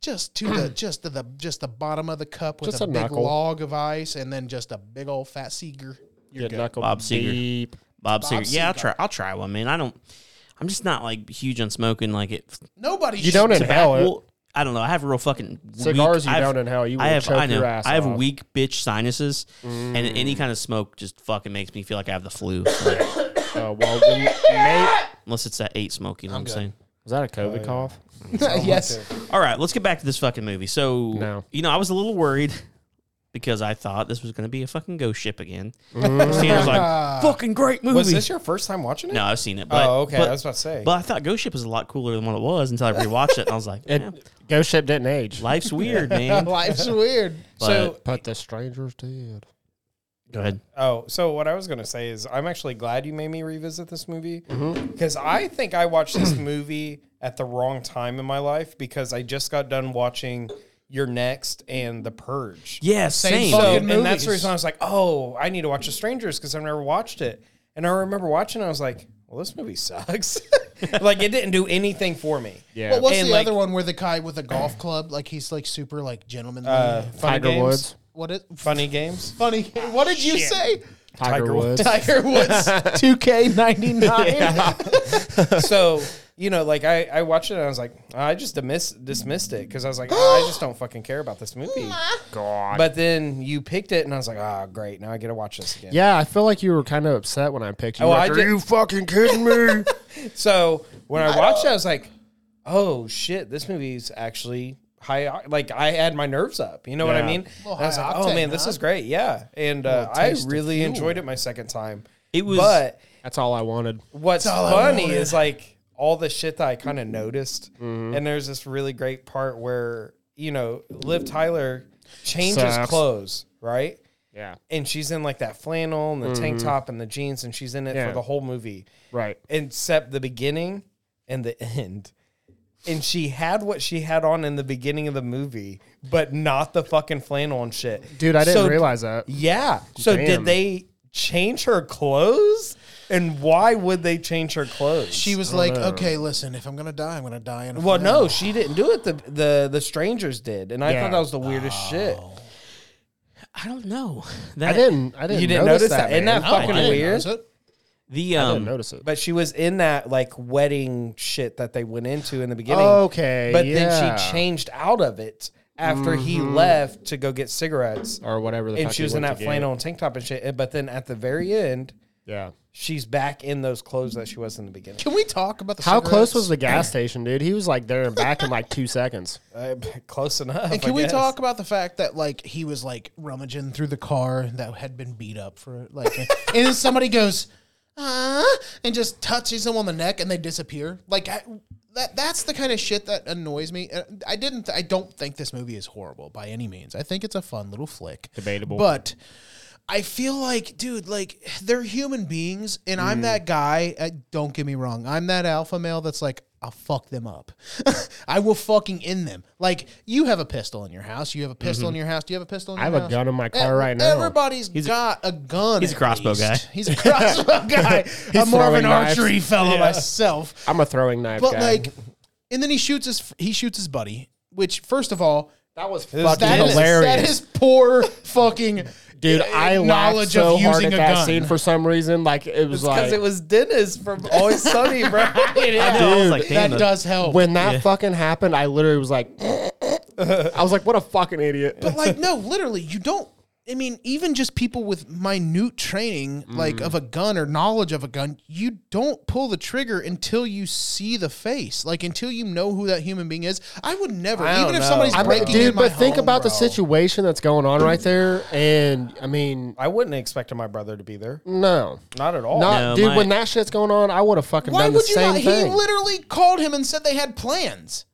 just to
*clears throat*
the just to the just the bottom of the cup with
Just
a,
a
big
knuckle.
log of ice, and then just a big old fat seeger. You're
Get
good.
knuckle
Bob Seger.
deep.
Bob, Seger. Yeah, I'll try. I'll try one, man. I don't. I'm just not like huge on smoking. Like it.
Nobody
You don't
should- *laughs*
inhale it.
Well, I don't know. I have real fucking weak-
Cigars you
I've-
don't inhale, you
I
will
have.
choke
I know.
your ass
I have
off.
weak bitch sinuses, and
Mm.
any kind of smoke just fucking makes me feel like I have the flu.
*coughs*
So,
Uh, well, then, mate.
unless it's that eight smoke, you know what I'm saying.
Was *laughs* that a COVID cough?
yes.
All right, let's get back to this fucking movie. So,
No.
you know, I was a little worried *laughs* because I thought this was going to be a fucking ghost ship again.
Mm.
Christina's
*laughs*
like, fucking great movie.
Was this your first time watching it?
no, I've seen it. But,
oh, okay.
But,
I was about to say.
but I thought Ghost Ship was a lot cooler than what it was until I rewatched it, and I was like,
It,
"Man,
Ghost ship didn't age.
life's weird,
*laughs*
man.
*laughs* Life's weird.
so,
But the strangers did.
go ahead.
Oh, so what I was going to say is I'm actually glad you made me revisit this movie because I think I watched this *clears throat* movie at the wrong time in my life because I just got done watching Your Next and The Purge.
Yeah,
Same
same.
So,
fucking
Oh, and that's
movies.
the reason I was like, oh, I need to watch The Strangers because I've never watched it. And I remember watching it, I was like, well, this movie sucks. *laughs* like, it didn't do anything for me.
Yeah.
What was
And,
the
like-
other one where the guy with the golf club, like he's like super like gentlemanly?
Funny
Tiger
games?
Woods.
what is
Funny games?
funny? *laughs* What did you say? *laughs*
Tiger,
Tiger
Woods.
Tiger
*laughs*
Woods, two K ninety
*laughs*
nine.
so you know, like I, I watched it and I was like, I just dismiss, dismissed it because I was like, oh, I just don't fucking care about this
*gasps*
movie.
God.
But then you picked it and I was like, ah, great, now I get to watch this again.
Yeah, I feel like you were kind of upset when I picked you.
Oh,
You're
I
like, Are
did-
you fucking
*laughs*
kidding me?
So when I watched it, I was like, oh shit, this movie's actually high. o- Like I had my nerves up. You know what I
Yeah.
mean?
Little
And I was
high
like,
octane,
oh man, this
huh?
is great. Yeah, and uh, I really enjoyed it my second time.
It was.
But
That's all I wanted.
what's
all I
funny
wanted.
is like all the shit that I kind of noticed. And there's this really great part where, you know, Liv Tyler changes
Sucks.
clothes, right?
Yeah.
And she's in like that flannel and the tank top and the jeans, and she's in it
Yeah.
for the whole movie,
Right.
except the beginning and the *laughs* end. And she had what she had on in the beginning of the movie, but not the fucking flannel and shit.
Dude, I didn't
So-
realize that.
Yeah. So
Damn.
did they change her clothes? And why would they change her clothes?
She was like, "Okay, listen, if I'm gonna die, I'm gonna die in a
Well,
flannel."
no, she didn't do it. The the the strangers did, and I
Yeah.
thought that was the weirdest shit.
I don't know.
I
That,
didn't. I didn't.
You didn't notice that? Isn't that
man.
fucking
I didn't
weird?
notice it.
The
I didn't
um,
notice it.
But she was in that like wedding shit that they went into in the beginning.
Okay,
but
yeah.
then she changed out of it after he left to go get cigarettes,
or whatever. The
and
fuck
she
you
was in
went
that
to get.
flannel and tank top and shit. But then at the very end,
Yeah.
she's back in those clothes that she was in the beginning.
Can we talk about the
How close was
cigarettes?
the gas station, dude? He was like there and back in like two seconds.
Uh, *laughs* close enough.
And
I
can we
guess.
talk about the fact that like he was like rummaging through the car that had been beat up for like, *laughs* and then somebody goes, ah, and just touches them on the neck and they disappear. Like I, that that's the kind of shit that annoys me. And I didn't. I don't think this movie is horrible by any means. I think it's a fun little flick.
Debatable.
but. I feel like, dude, like they're human beings, and
Mm.
I'm that guy. Uh, don't get me wrong. I'm that alpha male that's like, I'll fuck them up. *laughs* I will fucking end them. Like, you have a pistol in your house. You have a pistol in your house. Do you have a pistol in
Mm-hmm. I
your
have
house?
a gun in my car
Ev-
right now.
Everybody's got a gun.
he's a
at
crossbow
least.
guy.
He's a
*laughs*
crossbow guy. I'm more of
throwing
an
knives.
archery fellow myself.
I'm a throwing knife
But
guy.
like, and then he shoots his he shoots his buddy. Which, first of all,
that was
was
fucking
that is,
hilarious.
that is poor fucking
*laughs*
uh,
Dude, I laughed
knowledge
so
of
hard
using
at
a
that
gun.
scene for some reason. Like it was
Because
like
it was Dennis from Always Sunny, bro.
I, know, I was like, damn,
that
that
does help.
when that fucking happened. I literally was *laughs* like, I was like, what a fucking idiot.
But *laughs* like, no, literally, you don't. I mean, even just people with minute training,
Mm.
like of a gun or knowledge of a gun, you don't pull the trigger until you see the face, like until you know who that human being is. I would never,
I
even
don't
if
know.
somebody's
I mean,
breaking
dude,
in my
but think
home,
about the
bro.
situation that's going on right there. And I mean,
I wouldn't have expected my brother to be there.
no,
Not at all.
not
No,
dude.
my-
when that shit's going on, I would have fucking
Why
done the
would you
same
not? He
thing.
literally called him and said they had plans.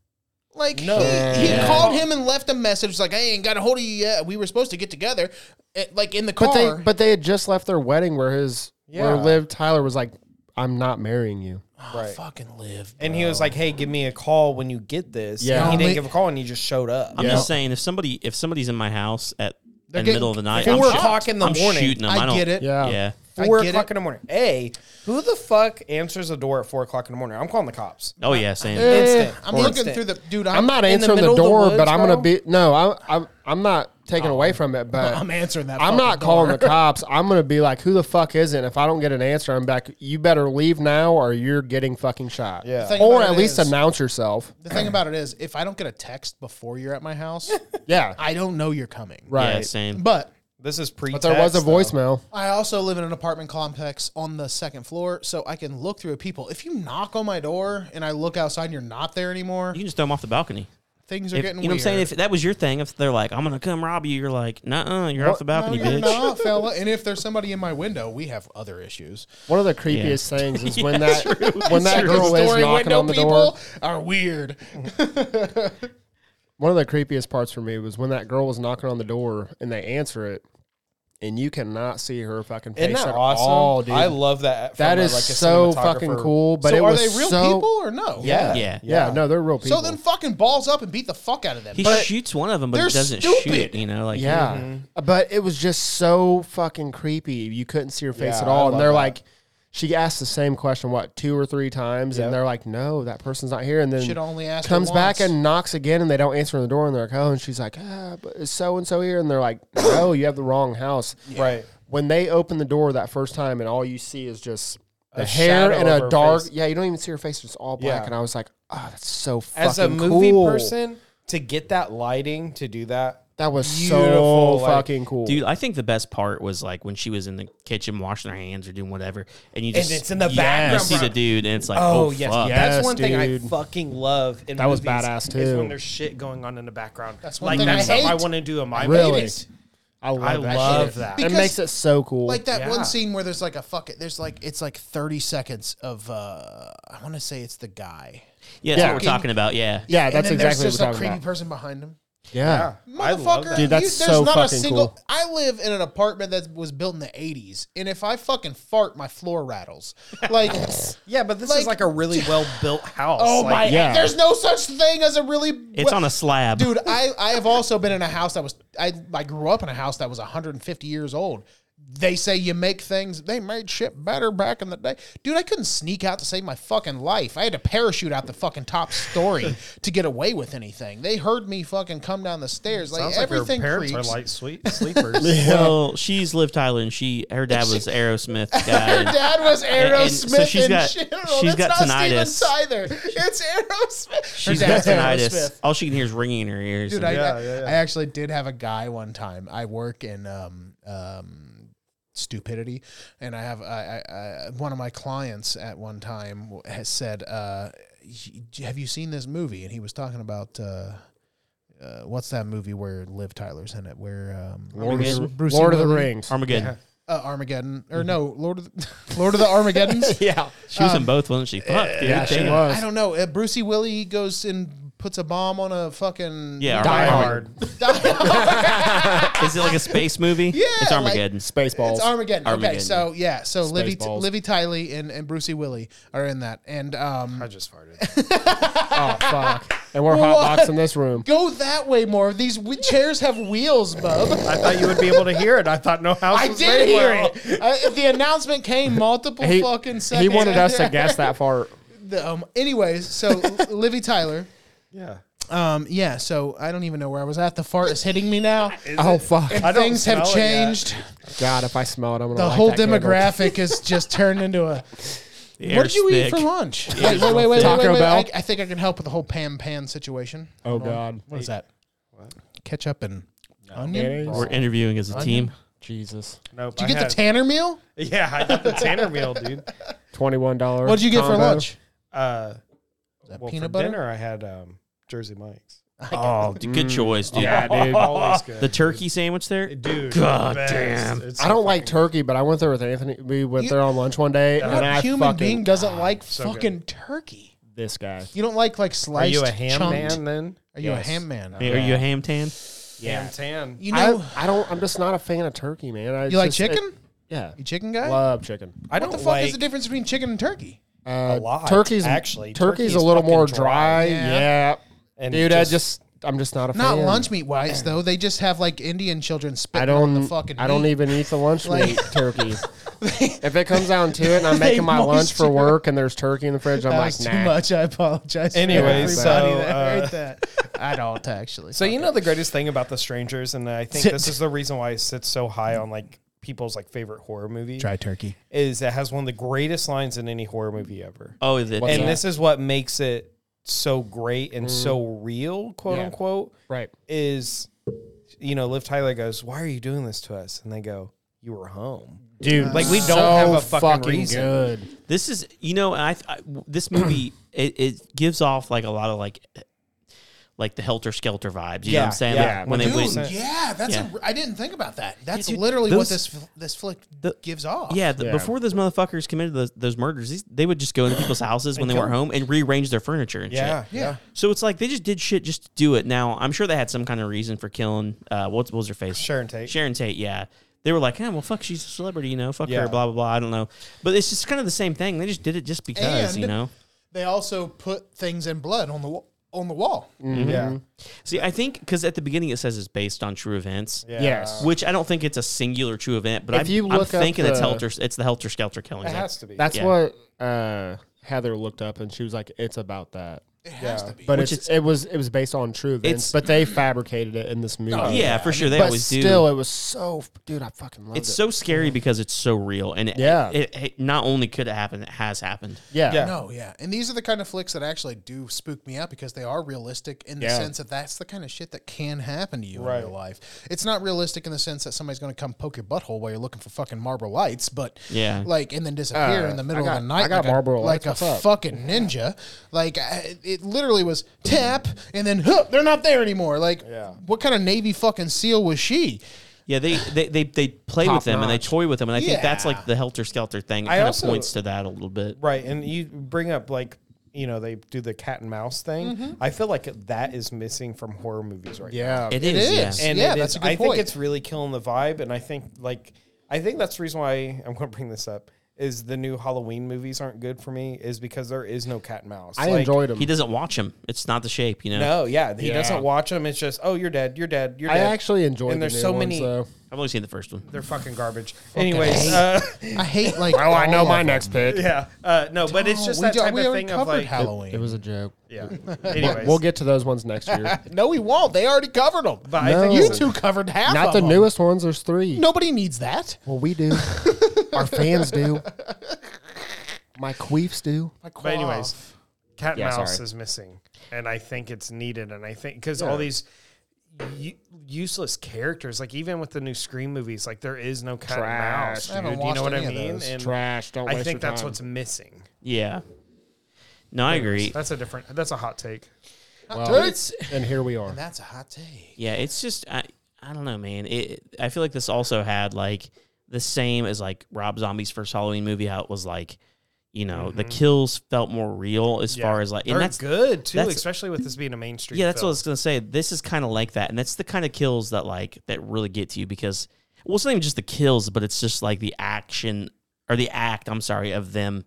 Like
No.
he, he
Yeah.
called him and left a message like, "I ain't got a hold of you yet. We were supposed to get together, eh, like in the car."
but they, but they had just left their wedding where his where
Yeah.
Liv Tyler was like, I'm not marrying you.
right.
fucking live.
And he was like, "Hey, give me a call when you get this."
Yeah.
And he
Only-
didn't give a call, and he just showed up.
I'm just saying, if somebody if somebody's in my house at in the
getting
middle of the night,
Four
I'm, shooting-
o'clock in the
I'm
morning.
shooting them. I,
I
don't,
get it.
Yeah.
Yeah,
I
Four
get
o'clock
it.
in the morning. Hey, who the fuck answers the door at four o'clock in the morning? I'm calling the cops.
oh yeah, Sam.
Instant.
Eh, I'm
Or
looking
instant.
through the dude.
Eh, I'm not
in the
answering the,
middle of the
door,
woods,
but I'm
bro?
gonna be no. I'm I'm, I'm not taking away from it, but
Oh. *laughs* I'm answering that
I'm not
fucking *laughs*
calling the
door.
cops. I'm gonna be like, who the fuck is it? And if I don't get an answer, I'm back. You better leave now, or you're getting fucking shot.
Yeah. The
thing
*laughs* Or
about
at
it
least
is-
announce yourself.
The thing about it is, if I don't get a text before you're at my
*laughs*
house,
Yeah.
I don't know you're coming.
yeah,
right.
Sam.
But
This is pre.
but there was a voicemail.
I also live in an apartment complex on the second floor, so I can look through people. If you knock on my door and I look outside and you're not there anymore,
You can just throw them off the balcony.
things
If,
are
you
getting
know
weird.
what I'm saying? If that was your thing, if they're like, "I'm gonna come rob you," you're like, "Nah, you're off the balcony,
no,
bitch." *laughs*
you're not, fella. And if there's somebody in my window, we have other issues.
One of the creepiest things is when that when that girl is
Story
knocking
window
on the door.
people are weird.
One of the creepiest parts for me was when that girl was knocking on the door and they answer it, and you cannot see her fucking face
Isn't that
at
awesome?
all, Oh, dude.
I love that. uh,
that is so fucking cool. But
so
it
are
was
they real
so-
people or no?
Yeah.
Yeah.
Yeah, no, they're real people.
So then fucking balls up and beat the fuck out of them.
He shoots one of them, but
they're
he doesn't
stupid.
shoot. You know, like
Yeah. But it was just so fucking creepy. You couldn't see her face
Yeah,
at
I
all. And
love
they're
that.
like, she asked the same question, what, two or three times?
Yep.
And they're like, no, that person's not here. And then
Should only ask her
comes back
once.
and knocks again and they don't answer the door. And they're like, oh, and she's like, ah, but is so and so here? And they're like, no, you have the wrong house.
Right.
When they open the door that first time and all you see is just the
A
hair
shadow
and
over
a
her
dark,
face.
yeah, you don't even see her face. It's all black.
Yeah.
And I was like, oh, that's so fucking
As a movie
cool.
person, to get that lighting to do that.
That was so
Beautiful, like-
fucking cool.
Dude, I think the best part was like when she was in the kitchen washing her hands or doing whatever, and you just
it's in the
you
background,
see
bro.
the dude, and it's like, oh,
Oh, yes,
fuck.
yeah.
that's one thing I
dude.
fucking love. In
That was
movies
badass,
Is
too.
when there's shit going on in the background. That's
one
like
thing I
that's something I
hate.
want to do in my
Really?
movies.
I love
I
that.
love
shit.
that.
It
Because-
makes it so cool.
like that
Yeah.
one scene where there's like a fuck it. There's like it's like 30 seconds of uh I want to say it's the guy.
yeah, that's
Yeah.
what we're talking about. Yeah,
yeah,
And
that's
then
exactly
there's
what
just
we're
a
talking
creepy
about.
person behind him.
Yeah.
I love
Motherfucker,
that.
Dude, that's
you-
so fucking cool.
I live in an apartment that was built in the '80s, and if I fucking fart, my floor rattles. Like,
Yeah, but this
Like-
is like
*laughs*
a really well built house.
oh
Like,
my!
yeah.
There's no such thing as a really.
it's on a slab,
dude. I I have also been in a house that was I I grew up in a house that was 150 years old. They say you make things. They made shit better back in the day, dude. I couldn't sneak out to save my fucking life. I had to parachute out the fucking top story to get away with anything. They heard me fucking come down the stairs. Like
Sounds like her
everything
parents
creeps.
are light *laughs* sweet sleepers.
Well, she's Liv Tyler, and she her dad was Aerosmith guy.
Her dad was
and- and
Aerosmith
so she's
in
got-
general.
she's
That's
got
not
tinnitus.
Steven Tyler. It's Aerosmith.
She's
Her
got
dad's
tinnitus.
Aerosmith.
All she can hear is ringing in her ears.
Dude,
and-
I,
Yeah,
I,
yeah, yeah.
I actually did have a guy one time. I work in um, um, stupidity, and I have I, I, I, one of my clients at one time has said, uh, "Have you seen this movie?" And he was talking about. Uh, uh, what's that movie where Liv Tyler's in it? Where um,
Lord, of the,
Armageddon.
Bruce
Lord of the
Willis-
Rings.
Armageddon.
uh, Armageddon, or no, Lord of the, *laughs* Lord of
*laughs*
the Armageddons.
Yeah,
She was in both, wasn't she? Fuck, dude.
yeah, she
damn.
was.
I don't know. Uh, Brucey Willie goes and puts a bomb on a fucking *laughs*
Yeah,
Die
Armageddon.
hard.
Is it like a space movie? Yeah, it's
like-
Armageddon.
Spaceballs.
It's Armageddon. Okay,
Armageddon.
so yeah, so Livy
Spaceballs.
Livy Tiley and and Brucey Willie are in that, and um,
I just farted.
oh fuck! And we're hot boxing this room.
go that way more. These w- chairs have wheels, bub.
*laughs* I thought you would be able to hear it. I thought no house.
I
was
did hear
anywhere.
it. Uh, if the announcement came multiple
He,
fucking seconds.
he wanted us to
after-
guess
*laughs*
that far.
The, um, anyways,
*laughs*
so Livy Tyler.
Yeah.
Um, yeah, so I don't even know where I was at. The fart is hitting me now.
Oh fuck!
And
I don't
things have
smell it yet.
changed.
God, if I smell it, I'm gonna
The
light
whole
that candle.
demographic is just turned into
*laughs*
a.
The
what did you
air's
eat for
thick.
lunch? Wait, wait, wait, wait, wait,
Taco
wait, wait.
Bell?
I, I think I can help with the whole Pam Pan situation.
Oh god,
What is that? Ketchup and onion.
We're interviewing as a team.
Jesus,
Nope.
Did you
I
get
had-
the Tanner meal?
Yeah, I got
*laughs*
the Tanner meal, dude.
twenty one dollars.
What did you get for lunch?
Uh,
that
well,
peanut
for
butter?
dinner, I had um, Jersey Mike's.
Oh, dude, good choice, dude.
*laughs*
Yeah, dude.
Always good.
The turkey sandwich there.
*laughs* dude.
God
the best.
damn.
It's
I
so
don't like
fucking-
turkey, but I went there with Anthony. We went
You- Uh-huh.
there on lunch one day,
What
and I
human
fucking
being doesn't like
Ah, so good.
fucking turkey?
this guy.
You don't like like
Are
sliced.
you a ham
chunked-
man then?
Are you
Yes.
a ham man?
Hey, Are you a ham tan?
Ham tan.
You
I,
know,
I don't. I'm just not a fan of turkey, man. I
you like
just- it-
chicken?
yeah,
you chicken guy?
love chicken.
uh, I
what
don't
the fuck
like
is the difference between chicken and turkey?
Uh,
a lot.
Turkey's
actually
turkey's, a little
fucking
more dry.
Yeah.
Yeah,
And
dude.
just-
I just I'm just not a
Not
fan.
lunch meat wise though. They just have like Indian children spitting
I
on
don't.
the fucking.
I don't
meat.
even eat the lunch
Like-
meat turkey. if it comes down to it, and I'm making my lunch for
moisturize-
work, and there's turkey in the fridge, I'm
That
like,
was too
nah.
much. I apologize. for
Anyway,
everybody
so,
that
uh,
heard that. I don't actually.
So you know the greatest thing about the strangers, and I think this is the reason why it sits so high on like people's like favorite horror movie
dry turkey.
is it has one of the greatest lines in any horror movie ever.
Oh, is it?
What's
and
that?
this is what makes it so great and so real, quote
Yeah.
unquote,
Right.
is you know, Liv Tyler goes, Why are you doing this to us? And they go, You were home.
Dude,
Like, we don't
so
have a fucking reason.
good.
This is you know, and I, I this movie *clears throat* it, it gives off like a lot of like like the helter skelter vibes. You know what
Yeah,
I'm saying?
yeah.
Like, when they
Dude,
went,
yeah, that's
Yeah.
A, I didn't think about that. That's
dude,
literally what
those-
this f- this flick
The-
gives off.
yeah, the,
Yeah.
Before those motherfuckers committed those, those murders, these, they would just go into people's houses when they weren't home and rearrange their furniture and shit.
Yeah.
yeah.
So it's like they just did shit just to do it. Now I'm sure they had some kind of reason for killing. Uh, what, what was her face?
Sharon Tate.
Sharon Tate. Yeah, they were like, "Ah, well, fuck, she's a celebrity, you know, fuck
Yeah.
her, blah blah blah." I don't know, but it's just kind of the same thing. They just did it just because,
And-
you know.
They also put things in blood on the wa- on the wall.
Yeah.
See, I think because at the beginning it says it's based on true events.
Yeah.
Yes.
Which I don't think it's a singular true event, but
If
I'm,
you
I'm
look up
thinking it's
the-
helter, it's the helter skelter killing.
It has to be.
That's
Yeah.
what uh, Heather looked up, and she was like, "It's about that."
It has to be.
But
Which
it's, it was it was based on true events,
It's-
but they fabricated it in this movie.
yeah, for sure. They
but
always
still,
do.
it was so dude. I fucking loved
It's
it.
so scary because it's so real, and it,
Yeah.
it, it not only could it happen, it has happened.
yeah,
Yeah.
no, yeah, and these are the kind of flicks that actually do spook me out because they are realistic in the
Yeah.
sense that that's the kind of shit that can happen to you
Right.
in real life. It's not realistic in the sense that somebody's going to come poke your butthole while you're looking for fucking Marlboro Lights, but
Yeah.
like and then disappear
Uh,
in the middle
I got-
of the night.
I got
like a,
Marlboro Lights,
like
what's
a
up?
fucking ninja. Like I, it literally was tap and then huh, they're not there anymore. Like what kind of Navy fucking SEAL was she?
Yeah, they they they, they play
Top
with them and they
notch.
toy with them, and I think that's
Yeah.
like the helter skelter thing. It
I
kind of
also-
points to that a little bit.
Right, and you bring up like you know they do the cat and mouse thing. I feel like that is missing from horror movies right now.
yeah.
It
It
is,
is.
yeah.
and
yeah,
it
that's
is-
a good
I
point.
think it's really killing the vibe, and I think like I think that's the reason why *laughs* I'm going to bring this up is the new Halloween movies aren't good for me is because there is no cat and mouse.
I
Like,
enjoyed them.
He doesn't watch them. It's not the shape, you know.
No, yeah, he
Yeah.
doesn't watch them. It's just oh, you're dead, you're dead, you're
I
dead.
actually enjoyed.
And
the
there's
new
so
ones,
many-
though.
I've only seen the first one.
They're fucking garbage. Anyways, uh, *laughs*
I hate like.
Oh, I know
all
my
of
next pick.
yeah, uh, no, but it's just
we
that
don't-
type
we
of
already
thing of
covered
like,
Halloween. Halloween.
It was a joke.
yeah. Anyways,
We'll get to those ones next year.
them. No, we won't. They already covered them.
but I
No.
think
you
it's
two covered half.
Not
of
the
them.
newest ones. There's three.
Nobody needs that.
Well, we do. Our fans do. My queefs do.
But anyways, cat and
Yeah,
mouse
sorry.
is missing, and I think it's needed, and I think because all these u- useless characters, like even with the new Scream movies, like there is no cat
Trash. I
and mouse,
haven't
dude. You
watched
know what I
any of
mean?
those.
And
Trash. Don't
I
waste
think
your
that's
time.
what's missing.
Yeah. No, I agree.
That's a different. That's a hot take.
Well,
Dude,
and here we are.
that's a hot take.
Yeah, it's just I I don't know, man. It I feel like this also had like the same as like Rob Zombie's first Halloween movie, how it was like, you know, the kills felt more real as far as like, and
They're
that's
good too,
that's-
especially with this being a mainstream.
yeah, that's what I
film.
was gonna say. This is kind of like that, and that's the kind of kills that like that really get to you because well, it's not even just the kills, but it's just like the action or the act. I'm sorry of them,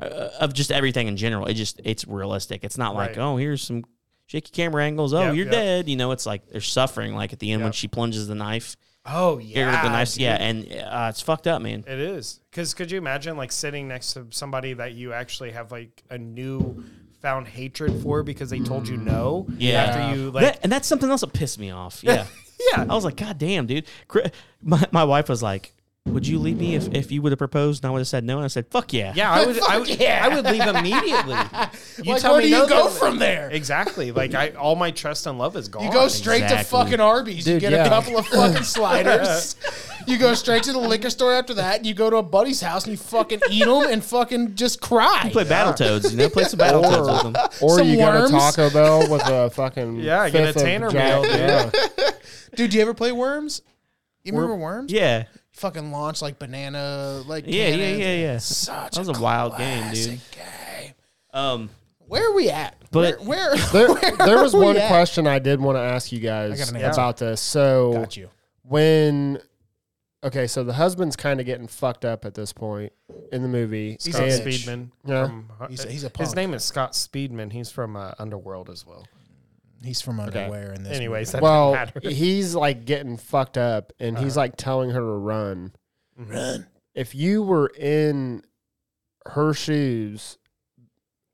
uh, of just everything in general. It just it's realistic. It's not like
Right.
oh here's some shaky camera angles. Oh
Yep,
you're
yep.
dead. You know, it's like they're suffering. Like at the end when she plunges the knife,
Oh
yeah,
yeah,
the knife.
dude.
Yeah, and uh, it's fucked up, man.
It is because could you imagine like sitting next to somebody that you actually have like a new found hatred for because they told
Mm.
you no
Yeah.
after you like
That- and that's something else that pissed me
*laughs*
off. Yeah.
yeah
I was like, God damn, dude. Cri- My, my wife was like, Would you leave me if, if you would have proposed? And I would have said no. And I said, Fuck yeah. *laughs*
Yeah, I would. I would,
Fuck yeah.
I would
*laughs*
leave immediately. You
Like, where do you
no,
go
then-
from there?
Exactly. Like I, all my trust and love is gone.
You go straight to
Exactly.
fucking Arby's. you
Dude,
get
yeah.
a couple of
*laughs*
fucking sliders. you go straight to the liquor store after that, and you go to a buddy's house and you fucking eat them and fucking just cry.
Play Battletoads, you know? Play some Battletoads with them.
Or
Some
you go
worms.
to Taco Bell with *laughs* a fucking
Yeah, get a
fifth of
Tanner
Jack-
meal, dude.
Yeah.
Dude, do you ever play Worms? You remember Worms?
Yeah.
Fucking launch like banana, like
Yeah, yeah,
cannons.
yeah, yeah.
Such
That was
a,
a wild game,
classic
dude.
game.
Um,
Where are we at?
But-
where, where,
There,
where
there was
are we
one
at?
question I did want to ask you guys
got an answer.
about this.
*laughs*
So
Got you.
when okay, so the husband's kind of getting fucked up at this point in the movie.
Scott
and-
Speedman.
Yeah.
From, uh,
He's a- he's a
his
punk.
name is Scott Speedman. He's from uh, Underworld as well.
He's from underwear in this.
Anyways, that
well,
doesn't matter.
he's like getting fucked up, and he's
Uh-huh.
like telling her to run.
run.
If you were in her shoes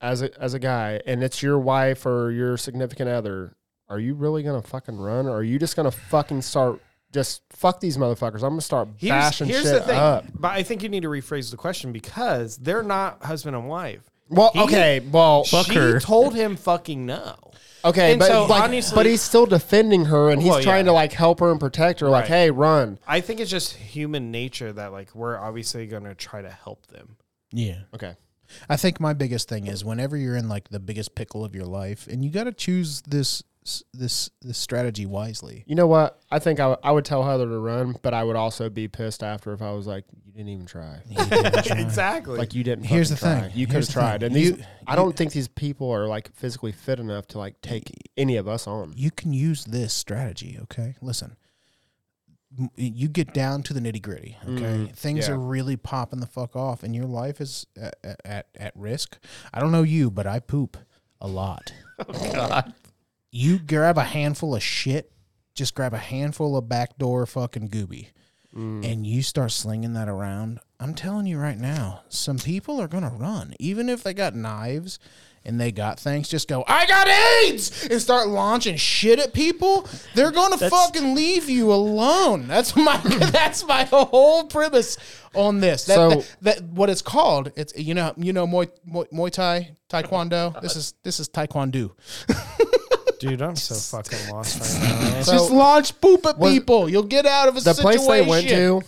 as a as a guy, and it's your wife or your significant other, are you really gonna fucking run, or are you just gonna fucking start? Just fuck these motherfuckers. I'm gonna start bashing shit up.
But I think you need to rephrase the question because they're not husband and wife.
Well,
He-
okay, well,
she
her.
told him fucking no.
okay,
and
but
so
like,
honestly-
but he's still defending her, and he's
Well,
trying
yeah.
to like help her and protect her. Like,
Right.
hey, run.
I think it's just human nature that like we're obviously going to try to help them.
Yeah.
Okay,
I think my biggest thing is whenever you're in like the biggest pickle of your life, and you got to choose this this this strategy wisely.
you know what? I think I, w- I would tell Heather to run, but I would also be pissed after if I was like, you didn't
*laughs*
even try.
*laughs* Exactly.
Like you didn't.
Here's
fucking
the
try.
thing.
You could
Here's
have
the
tried,
thing.
and these,
You-
I don't think these people are like physically fit enough to like take any of us on.
You can use this strategy. Okay, listen. M- You get down to the nitty gritty. Okay, things
yeah.
are really popping the fuck off, and your life is at, at at risk. I don't know you, but I poop a lot. you grab a handful of shit, just grab a handful of backdoor fucking gooby, and you start slinging that around. I'm telling you right now, some people are gonna run, even if they got knives and they got things. Just go, I got AIDS, and start launching shit at people. They're gonna fucking leave you alone. That's my *laughs* that's my whole premise on this. That,
So-
that, that- what it's called. It's you know you know Muay Muay, Muay Thai Taekwondo. This is this is Taekwondo.
Dude, I'm so fucking lost *laughs* right now.
Just launch poop at
Was-
people. You'll get out of a
the
situation.
place they went to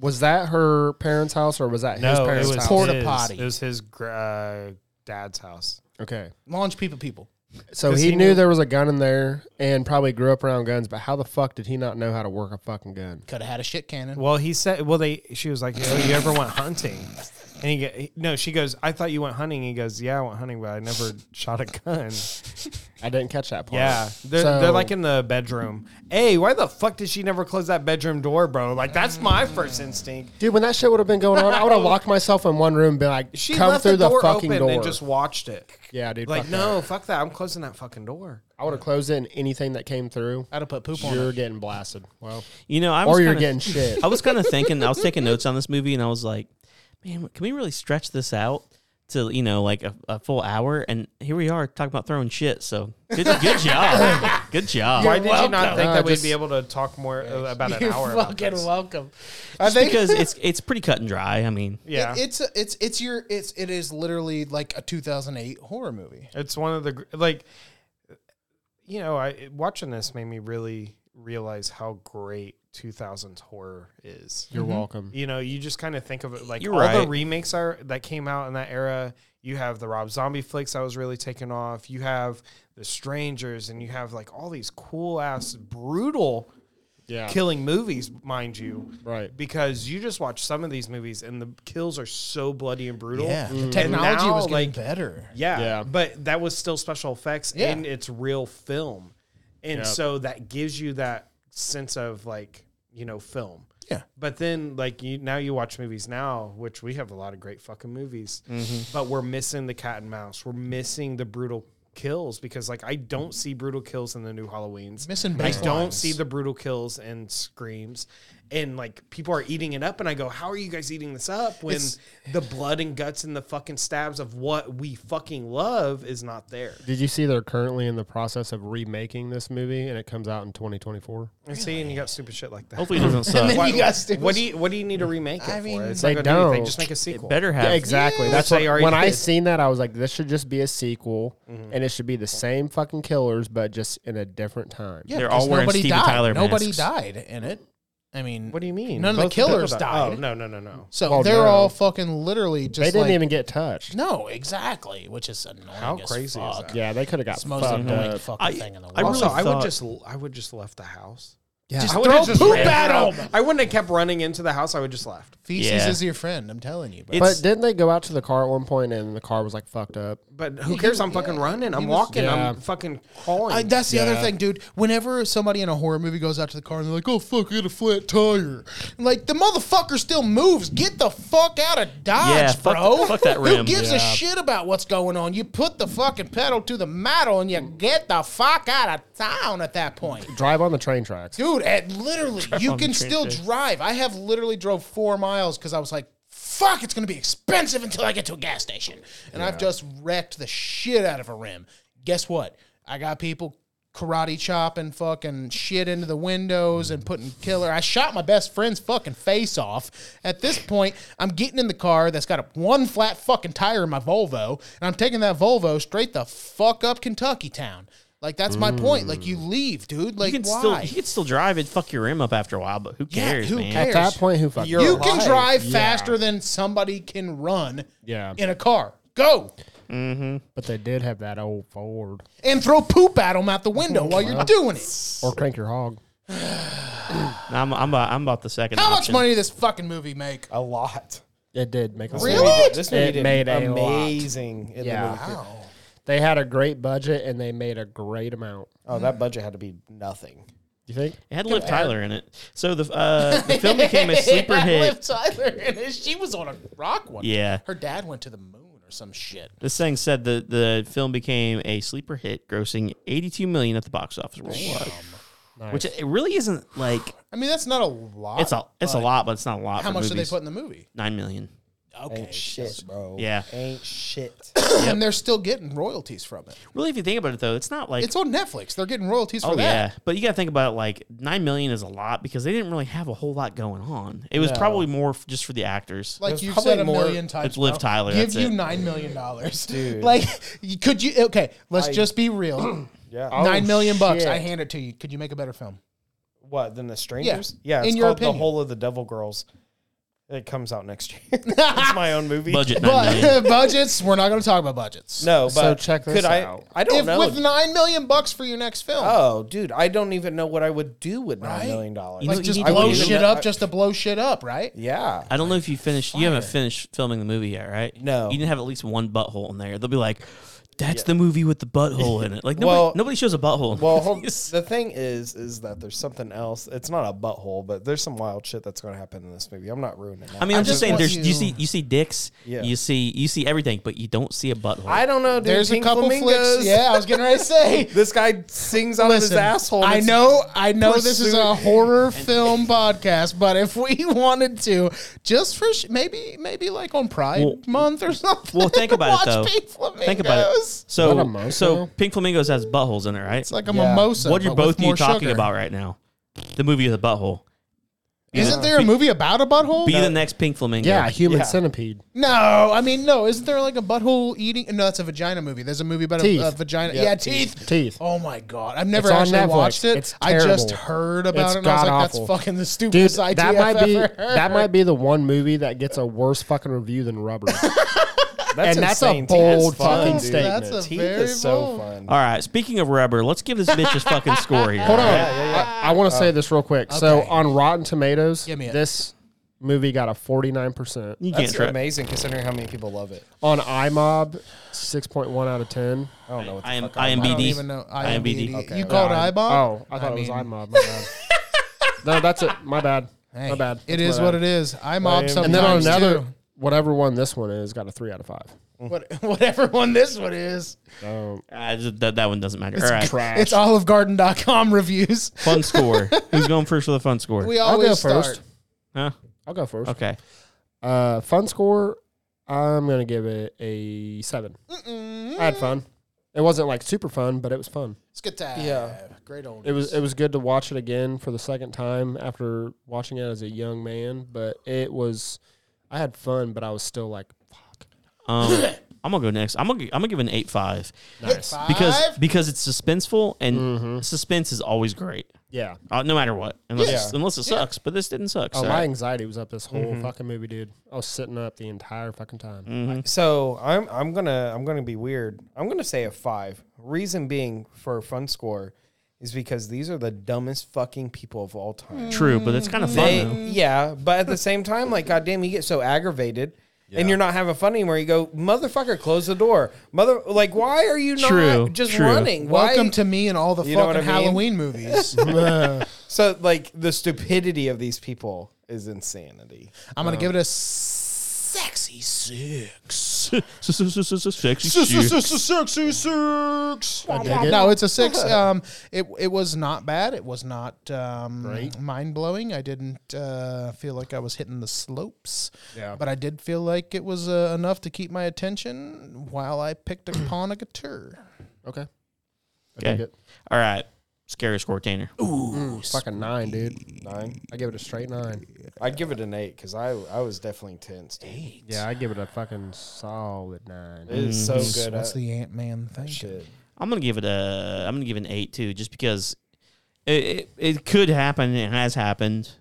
was that her parents' house or was that his
No, it
parents'
was
house?
Porta
his-
potty.
It was his gr- uh, dad's house.
okay.
launch poop at people.
So
'Cause
he,
he
knew
knew-
there was a gun in there and probably grew up around guns, but how the fuck did he not know how to work a fucking gun?
Could have had a shit cannon.
*laughs* Well, he said, well, they. She was like, oh, you ever went hunting? And he, go- no, she goes, I thought you went hunting. He goes, yeah, I went hunting, but I never shot a gun.
I didn't catch that part.
Yeah, they're,
So-
they're like in the bedroom. Hey, why the fuck did she never close that bedroom door, bro? Like that's my first instinct.
dude, when that shit would have been going on, I would have locked myself in one room, and been like,
She
come
left
through
the
the,
door
fucking
open
door.
and just watched it.
yeah, dude.
Like
fuck that.
no, fuck that. I'm closing that fucking door.
I would have closed it, and anything that came through,
I'd have put poop on it.
you're getting blasted. Well,
You know, I was
or you're
kinda-
getting shit.
*laughs* I was kind of thinking, I was taking notes on this movie, and I was like, man, can we really stretch this out to you know like a, a full hour? And here we are talking about throwing shit. So good, good job, good job.
Why did you not think
Uh,
that we'd
just-
be able to talk more uh, about an
You're
hour? About
fucking
this?
welcome. I
Just
think
because it's it's pretty cut and dry. I mean,
yeah,
it, it's a- it's it's your it's it is literally like a 2008 horror movie.
It's one of the gr- like, you know, I it- watching this made me really realize how great 2000s horror is.
You're
Mm-hmm.
welcome.
You know, you just kind of think of it like
You're
all the
right.
remakes are that came out in that era. You have the Rob Zombie flicks that was really taking off. You have the Strangers, and you have like all these cool ass brutal
Yeah,
killing movies, mind you.
right.
Because you just watch some of these movies and the kills are so bloody and brutal.
the
And
technology
now,
was getting
like,
better.
yeah,
Yeah.
But that was still special effects
Yeah.
and it's real film. And
Yeah.
so that gives you that sense of like, you know, film.
Yeah.
But then like you now you watch movies now, which we have a lot of great fucking movies, but we're missing the cat and mouse. We're missing the brutal kills because like I don't see brutal kills in the new Halloweens.
Missing
I
baselines.
don't see the brutal kills and screams. And like people are eating it up, and I go, "How are you guys eating this up when the blood and guts and the fucking stabs of what we fucking love is not there?"
Did you see they're currently in the process of remaking this movie, and it comes out in 2024?
And see, and you got stupid shit like that.
hopefully it doesn't
*laughs* And
suck.
then
Why-
you got stupid.
what do you What do you need to remake it
I mean-
for? It's
They
not gonna do anything.
don't.
Just make a sequel.
Better have
exactly. That's
Which
what,
they already
when I
did.
seen that, I was like, this should just be a sequel,
Mm-hmm.
and it should be the same fucking killers, but just in a different time.
Yeah,
They're
because
all wearing
nobody
Steven
died.
Tyler
Nobody
masks.
died in it. I mean,
What do you mean?
None of the
people
killers
died.
died.
Oh no no no no.
So
Well,
they're
no.
all fucking literally just
they didn't
like,
even get touched.
no, exactly, which is annoying.
How
as
crazy is
fuck.
that?
Yeah, they could have got
It's the most
fucked
annoying
up.
fucking
I-
thing in the
I
world.
really
Also, I would
thought-
just I would just left the house.
just
I would have
throw poop
ran
at
out.
them.
I wouldn't have kept running into the house. I would just left.
Feces
Yeah.
is your friend. I'm telling you, bro.
It's-
But didn't they go out to the car at one point, and the car was like fucked up?
But who cares? I'm fucking running. I'm
was-
walking.
Yeah.
I'm fucking crawling.
I, uh, that's the other
Yeah.
thing, dude. Whenever somebody in a horror movie goes out to the car and they're like, "Oh fuck, I got a flat tire," I'm like the motherfucker still moves. Get the fuck out of dodge,
Yeah, fuck-
bro.
fuck that
Who
rim.
gives a shit about what's going on? You put the fucking pedal to the metal and you get the fuck out of town at that point.
Drive on the train tracks.
Dude, at
*laughs*
literally, you
on the
can
train
still
station.
drive. I have literally drove four miles because I was like, fuck, it's going to be expensive until I get to a gas station. And I've just wrecked the shit out of a rim. Guess what? I got people karate chopping fucking shit into the windows and putting killer. I shot my best friend's fucking face off. At this point, I'm getting in the car that's got a one flat fucking tire in my Volvo, and I'm taking that Volvo straight the fuck up Kentucky town. Like that's my point. Like you leave, dude. Like
Mm. You can
why?
still you can still drive and fuck your rim up after a while, but who cares,
who
man?
cares?
At that point, who fucked
You're-
You
up?
can
alive.
drive
Yeah.
faster than somebody can run
Yeah,
in a car. Go
but they did have that old Ford
and throw poop at them out the window while you're doing it.
or crank your hog.
I'm I'm about, I'm about the second.
How much
option.
money did this fucking movie make?
a lot.
It did make a
Really?
This
It
movie did
made a lot.
amazing. In
Yeah.
The movie.
Wow.
They had a great budget and they made a great amount.
Oh, that budget had to be nothing.
You think?
It had Liv Tyler in it. So the uh, the film became a sleeper
*laughs* Yeah,
hit.
Liv Tyler in it. She was on a rock one.
Yeah.
Her dad went to the moon or some shit.
This thing said that the film became a sleeper hit, grossing 82 million at the box office worldwide, which it really isn't like
I mean, that's not a lot.
it's a it's a lot, but it's not a lot.
How
for
much did they
movies.
put in the movie?
Nine million.
Okay.
Shit, bro.
Yeah.
Ain't shit.
And they're still getting royalties from it.
Really, if you think about it, though, it's not like
It's on Netflix. They're getting royalties for
oh
that.
yeah, but you got to think about it, like nine million is a lot because they didn't really have a whole lot going on. It was probably more f- just for the actors.
Like
There's
you've
probably
said a
more-
million times,
It's Liv
bro.
Tyler,
Give
that's
you
it.
nine million dollars, dude. *laughs* Like, you- could you? Okay, let's just be real.
*coughs* Yeah.
Nine million bucks.
shit.
I hand it to you. Could you make a better film?
What? Then the strangers?
Yeah,
Yeah. It's
in your
called
opinion.
the whole of the devil girls. It comes out next year. *laughs* it's my own movie.
Budget
*laughs*
nine million.
*laughs* But *laughs* budgets, we're not going to talk about budgets.
No, but
So check this
could I,
out.
I don't
If
know.
with nine million bucks for your next film,
oh, dude, I don't even know what I would do with
Right?
nine million dollars.
You
like
know,
just
need to
blow
do-
shit up, just to blow shit up, right?
yeah.
I don't know if you finished. You haven't finished filming the movie yet, right?
No.
You didn't have at least one butthole in there. They'll be like, That's the movie with the butthole in it. Like nobody,
Well-
nobody shows a butthole. in
Well, hold,
movies.
the thing is, is that there's something else. It's not a butthole, but there's some wild shit that's going to happen in this movie. I'm not ruining it.
*laughs* I mean, I'm
I
just
just
saying.
want
There's you,
you-
see you see dicks.
Yeah.
You see you see everything, but you don't see a butthole.
I don't know. Dude.
There's a
Pink
couple
Flamingos.
flicks. Yeah, I
*laughs*
was getting ready to say.
This guy sings out of his
Listen,
asshole. and
I
it's-
know, I know this is a
pursuit.
horror film podcast, but if we *laughs* wanted to, just for sh- maybe, maybe like on Pride
Well-
Month or something.
well, think about it,
watch
though.
Pink Flamingos.
Think about it.
Is that a
So
mimosa?
so Pink Flamingos has buttholes in it, right?
It's like a
Yeah.
mimosa.
what are
but with
both of you
more
talking
sugar.
about right now? The movie with the butthole.
Isn't there a movie about a butthole?
Be the next Pink Flamingo.
Yeah, human
Yeah.
*laughs*
centipede.
No, I mean no. Isn't there like a butthole eating? No, that's a vagina movie. There's a movie about
Teeth.
a, a vagina.
Yeah,
Yeah, teeth.
Teeth.
Oh my god, I've never
It's on
actually
Netflix.
watched it.
It's
I just
terrible.
heard about
It's
it. and I was like,
god-awful.
that's fucking the
Dude,
stupidest idea
that might
I've
be
ever heard.
that might be the one movie that gets a worse fucking review
*laughs*
than Rubber.
That's
and that's a
insane.
bold
Teeth is fun,
fucking
dude.
statement.
That's a
Teeth
very
is so
bold.
fun.
All right. Speaking of rubber, let's give this bitch his fucking score here.
Hold on, I, want to say this real quick. So
okay.
on Rotten Tomatoes,
Give me it.
this movie got a forty nine percent.
You can't
That's
try.
amazing considering how many people love it.
On iMob, six point one out of ten.
I
Oh.
don't know what the
I am
fuck
IMBD.
I don't even know.
IMBD.
IMBD.
Okay.
You called it IBOB?
Oh, I thought it was
mean-
iMob. My
*laughs*
bad. no, that's it. My bad. my bad.
It
That's
is
my
what
bad.
it is. IMOB sometimes
And then on another,
too.
whatever one this one is, got a three out of five.
What, *laughs* whatever one this one is.
So
I just- Uh, that, that one doesn't matter. All right.
trash.
It's olivegarden.com *laughs* reviews.
Fun score. Who's going first for the fun score?
We
*laughs* I'll
always
go
start.
first.
huh?
I'll go first.
Okay.
Uh, fun score. I'm gonna give it a seven. I had fun. It wasn't like super fun, but it was fun.
It's good time.
Yeah.
Great old.
It was it was good to watch it again for the second time after watching it as a young man. But it was, I had fun, but I was still like, fuck.
Um, I'm gonna go next. I'm gonna gi- I'm gonna give it an eight five
Nice.
because
Five?
because it's suspenseful and suspense is always great,
Yeah.
uh, no matter what, unless
Yeah.
it's- unless it sucks. But this didn't suck.
Oh,
so-
my anxiety was up this whole fucking movie, dude. I was sitting up the entire fucking time.
Mm-hmm.
So I'm I'm gonna I'm gonna be weird. I'm gonna say a five. Reason being for a fun score is because these are the dumbest fucking people of all time.
True, but it's kind of fun.
They,
though.
yeah, but at the same time, like goddamn, you get so aggravated. And you're not having fun anymore. You go, motherfucker, close the door, mother. Like, why are you not
True,
just
true.
running? Why-
Welcome to me and all the
You know what
fucking
I mean?
Halloween
*laughs*
movies.
so like the stupidity of these people is insanity.
I'm gonna give it a sexy six.
*laughs* Sexy shit.
Sexy six. No, it's a six. Um, it it was not bad. It was not um, mind blowing. I didn't uh, feel like I was hitting the slopes.
Yeah.
But I did feel like it was uh, enough to keep my attention while I picked upon a guitar.
Okay. I
Okay.
dig it.
All right, scary score, Tanner.
Fucking nine, dude.
Nine.
I give it a straight nine.
I'd give it an eight because I I was definitely tense. dude.
Yeah, I give it a fucking solid nine.
It is so
Mm.
good.
What's
At
the Ant Man thing?
shit.
I'm gonna give it a. I'm gonna give it an eight too, just because it it, it could happen. It has happened,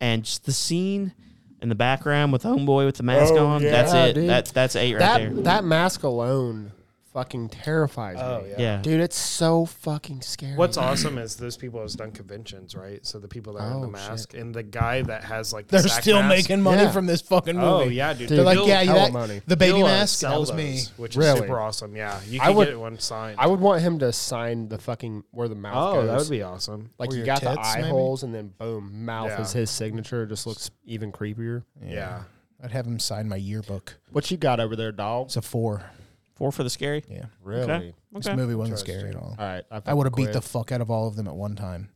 and just the scene in the background with homeboy with the mask
Oh,
on.
yeah,
that's it.
dude.
That's that's eight right there.
that that mask alone fucking terrifies
Oh
me.
yeah.
yeah.
Dude, it's so fucking scary.
What's awesome is those people has done conventions, right? So the people that are in the
Oh,
mask and the guy that has like the
They're
sack
still
mask-
making money
Yeah.
from this fucking movie.
Oh yeah, dude.
Dude,
They're like,
Bill
yeah, you
hella
that-
money.
the baby
Bill, uh,
mask. That
sell
was me.
those, which
Really?
is super awesome. Yeah, you
I
can
would-
get one signed.
I would want him to sign the fucking where the mouth
oh,
goes.
that would be awesome.
like
Or
you
your
got the
tits,
eye
maybe?
holes and then boom, mouth
Yeah.
is his signature. It just looks even creepier.
Yeah.
I'd have him sign my yearbook.
What you got over there, dog?
It's a four.
Four for the scary.
Yeah.
Really?
Okay.
This
Okay.
movie wasn't scary at all.
All right.
I would have beat the fuck out of all of them at one time.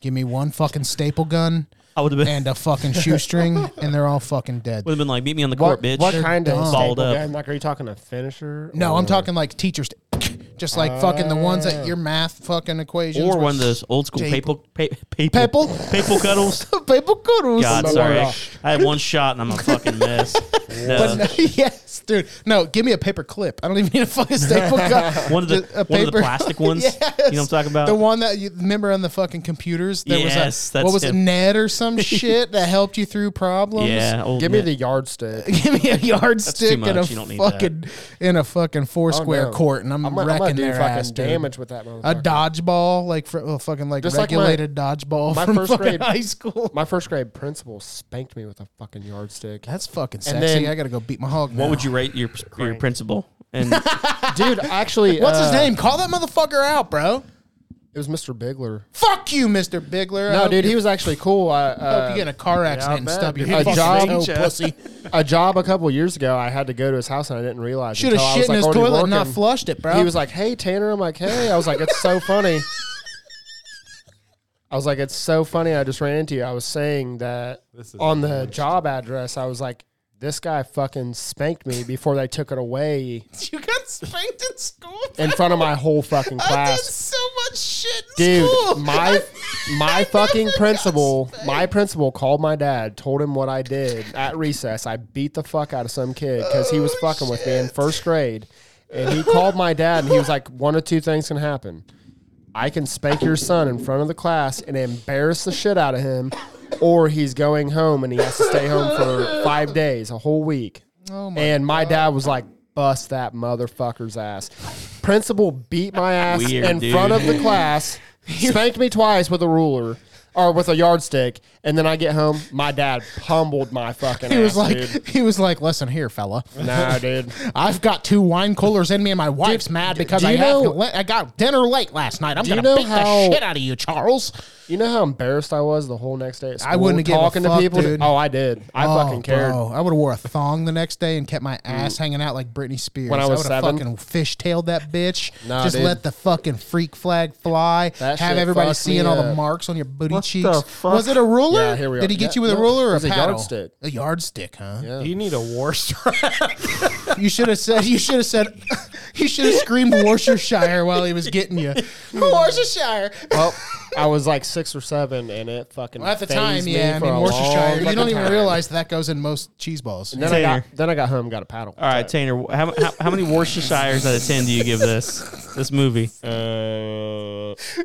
Give me one fucking staple gun
I would have been
uh,
and a fucking shoestring, and they're all fucking dead.
would have been like, meet me on the court,
what,
bitch.
what kind of
dumb.
staple
Balled up.
gun? Like, are you talking a finisher?
No,
or-
I'm talking like teachers, just like fucking the ones that your math fucking equations
or
were-
one of those old school papal
Staple.
pa- papal
Papal?
papal
*laughs*
cuddles.
paper cuddles.
God,
no,
sorry,
no.
I had one shot and I'm a fucking
*laughs*
mess. Uh,
But
No.
no- *laughs* yes, dude. No, give me a paper clip. I don't even need a
*laughs*
fucking staple gun.
One of the-
Just
one of the plastic
*laughs*
ones? You know what I'm talking about?
The one that you remember on the fucking computers. There
Yes,
was a,
that's
what was it,
him.
Ned or
*laughs*
some shit that helped you through problems.
Yeah, old
Give me
Nick.
the yardstick.
give me a yardstick
much.
and a
You don't need
fucking in a fucking four
Oh,
square
no.
court, and I'm,
gonna-
wrecking
gonna do
their
fucking
ass, dude.
damage with that
A
motherfucker.
dodgeball, like for, well, fucking like
Just like my-
regulated dodgeball
my
from
first
fucking
grade-
high school.
My first grade principal spanked me with a fucking yardstick.
That's *laughs* *laughs* fucking
And
sexy.
then-
I gotta go beat my hog.
What would you rate your your principal? And
dude. Actually,
What's his
uh,
name? Call that motherfucker out, bro.
It was Mr. Bigler.
Fuck you, Mister Bigler. I
No,
hope
dude,
you-
he was actually cool. I,
I
uh,
hope you get in a car accident and
bet,
stub your
dude.
A
fucking
job-
toe,
Gotcha.
*laughs* pussy.
a job a couple years ago. I had to go to his house and I didn't realize.
Should have
until I was,
shit in
like,
his
already
toilet and not
working.
flushed it, bro.
He was like, "Hey, Tanner." I'm like, "Hey." I was like, "It's
*laughs*
so funny." I was like, "It's so funny." I just ran into you. I was saying that on the job address. I was like, "This guy fucking spanked me before they took it away
you got spanked in school.
in front of my whole fucking
*laughs*
class."
so much shit in *laughs*
Dude, *laughs* my my fucking principal, my principal called my dad, told him what I did at recess. I beat the fuck out of some kid because he
Oh,
was fucking with me in first grade, and he called my dad and he was like, "One of two things can happen: I can spank your son in front of the class and embarrass the shit out of him, or he's going home and he has to stay home for five days, a whole week."
Oh my
and my dad was like, "Bust that motherfucker's ass." Principal beat my ass
Weird,
in
dude.
front of the
*laughs*
class, spanked me twice with a ruler or with a yardstick, and then I get home. My dad pummeled my fucking.
He
ass,
was like,
dude.
he was like, listen here, fella. *laughs*
"Nah, dude."
I've got two wine coolers in me, and my wife's mad because
do
I
you
have
know-
I got dinner late last night. I'm
Do you
gonna
know
beat
how-
the shit out of you, Charles.
You know how embarrassed I was the whole next day. At school,
I wouldn't have given a
talking
fuck,
to people.
dude.
Oh, I did. I fucking cared. Mm.
Bro, I would have wore a thong the next day and kept my ass hanging out like Britney Spears.
When I was
would have
seven.
fucking fishtailed that bitch.
Nah,
Just
dude.
let the fucking freak flag fly.
That
have
shit
everybody
fucked
seeing
me
all the
up.
marks on your booty
What the
cheeks.
fuck?
Was it a ruler?
Yeah, here we are.
Did he get
Yeah,
you with a
no,
ruler or
it
a
was a
paddle?
yardstick.
A yardstick, huh?
Yeah.
You need a war strap.
You should have said. You should have said. *laughs* You should have screamed Worcestershire while he was getting you. *laughs* Worcestershire.
*laughs*
Well, I was like six or seven, and it fucking
Well, at the time,
fazed me
yeah. I
for
mean,
a long
Worcestershire. You don't
fucking
even
time.
realize that goes in most cheese balls.
And then I got
Tanner.
then I got home, and got a paddle.
all right, Tanner, how, how, how many Worcestershires out of ten do you give this this movie?
Oh, Uh,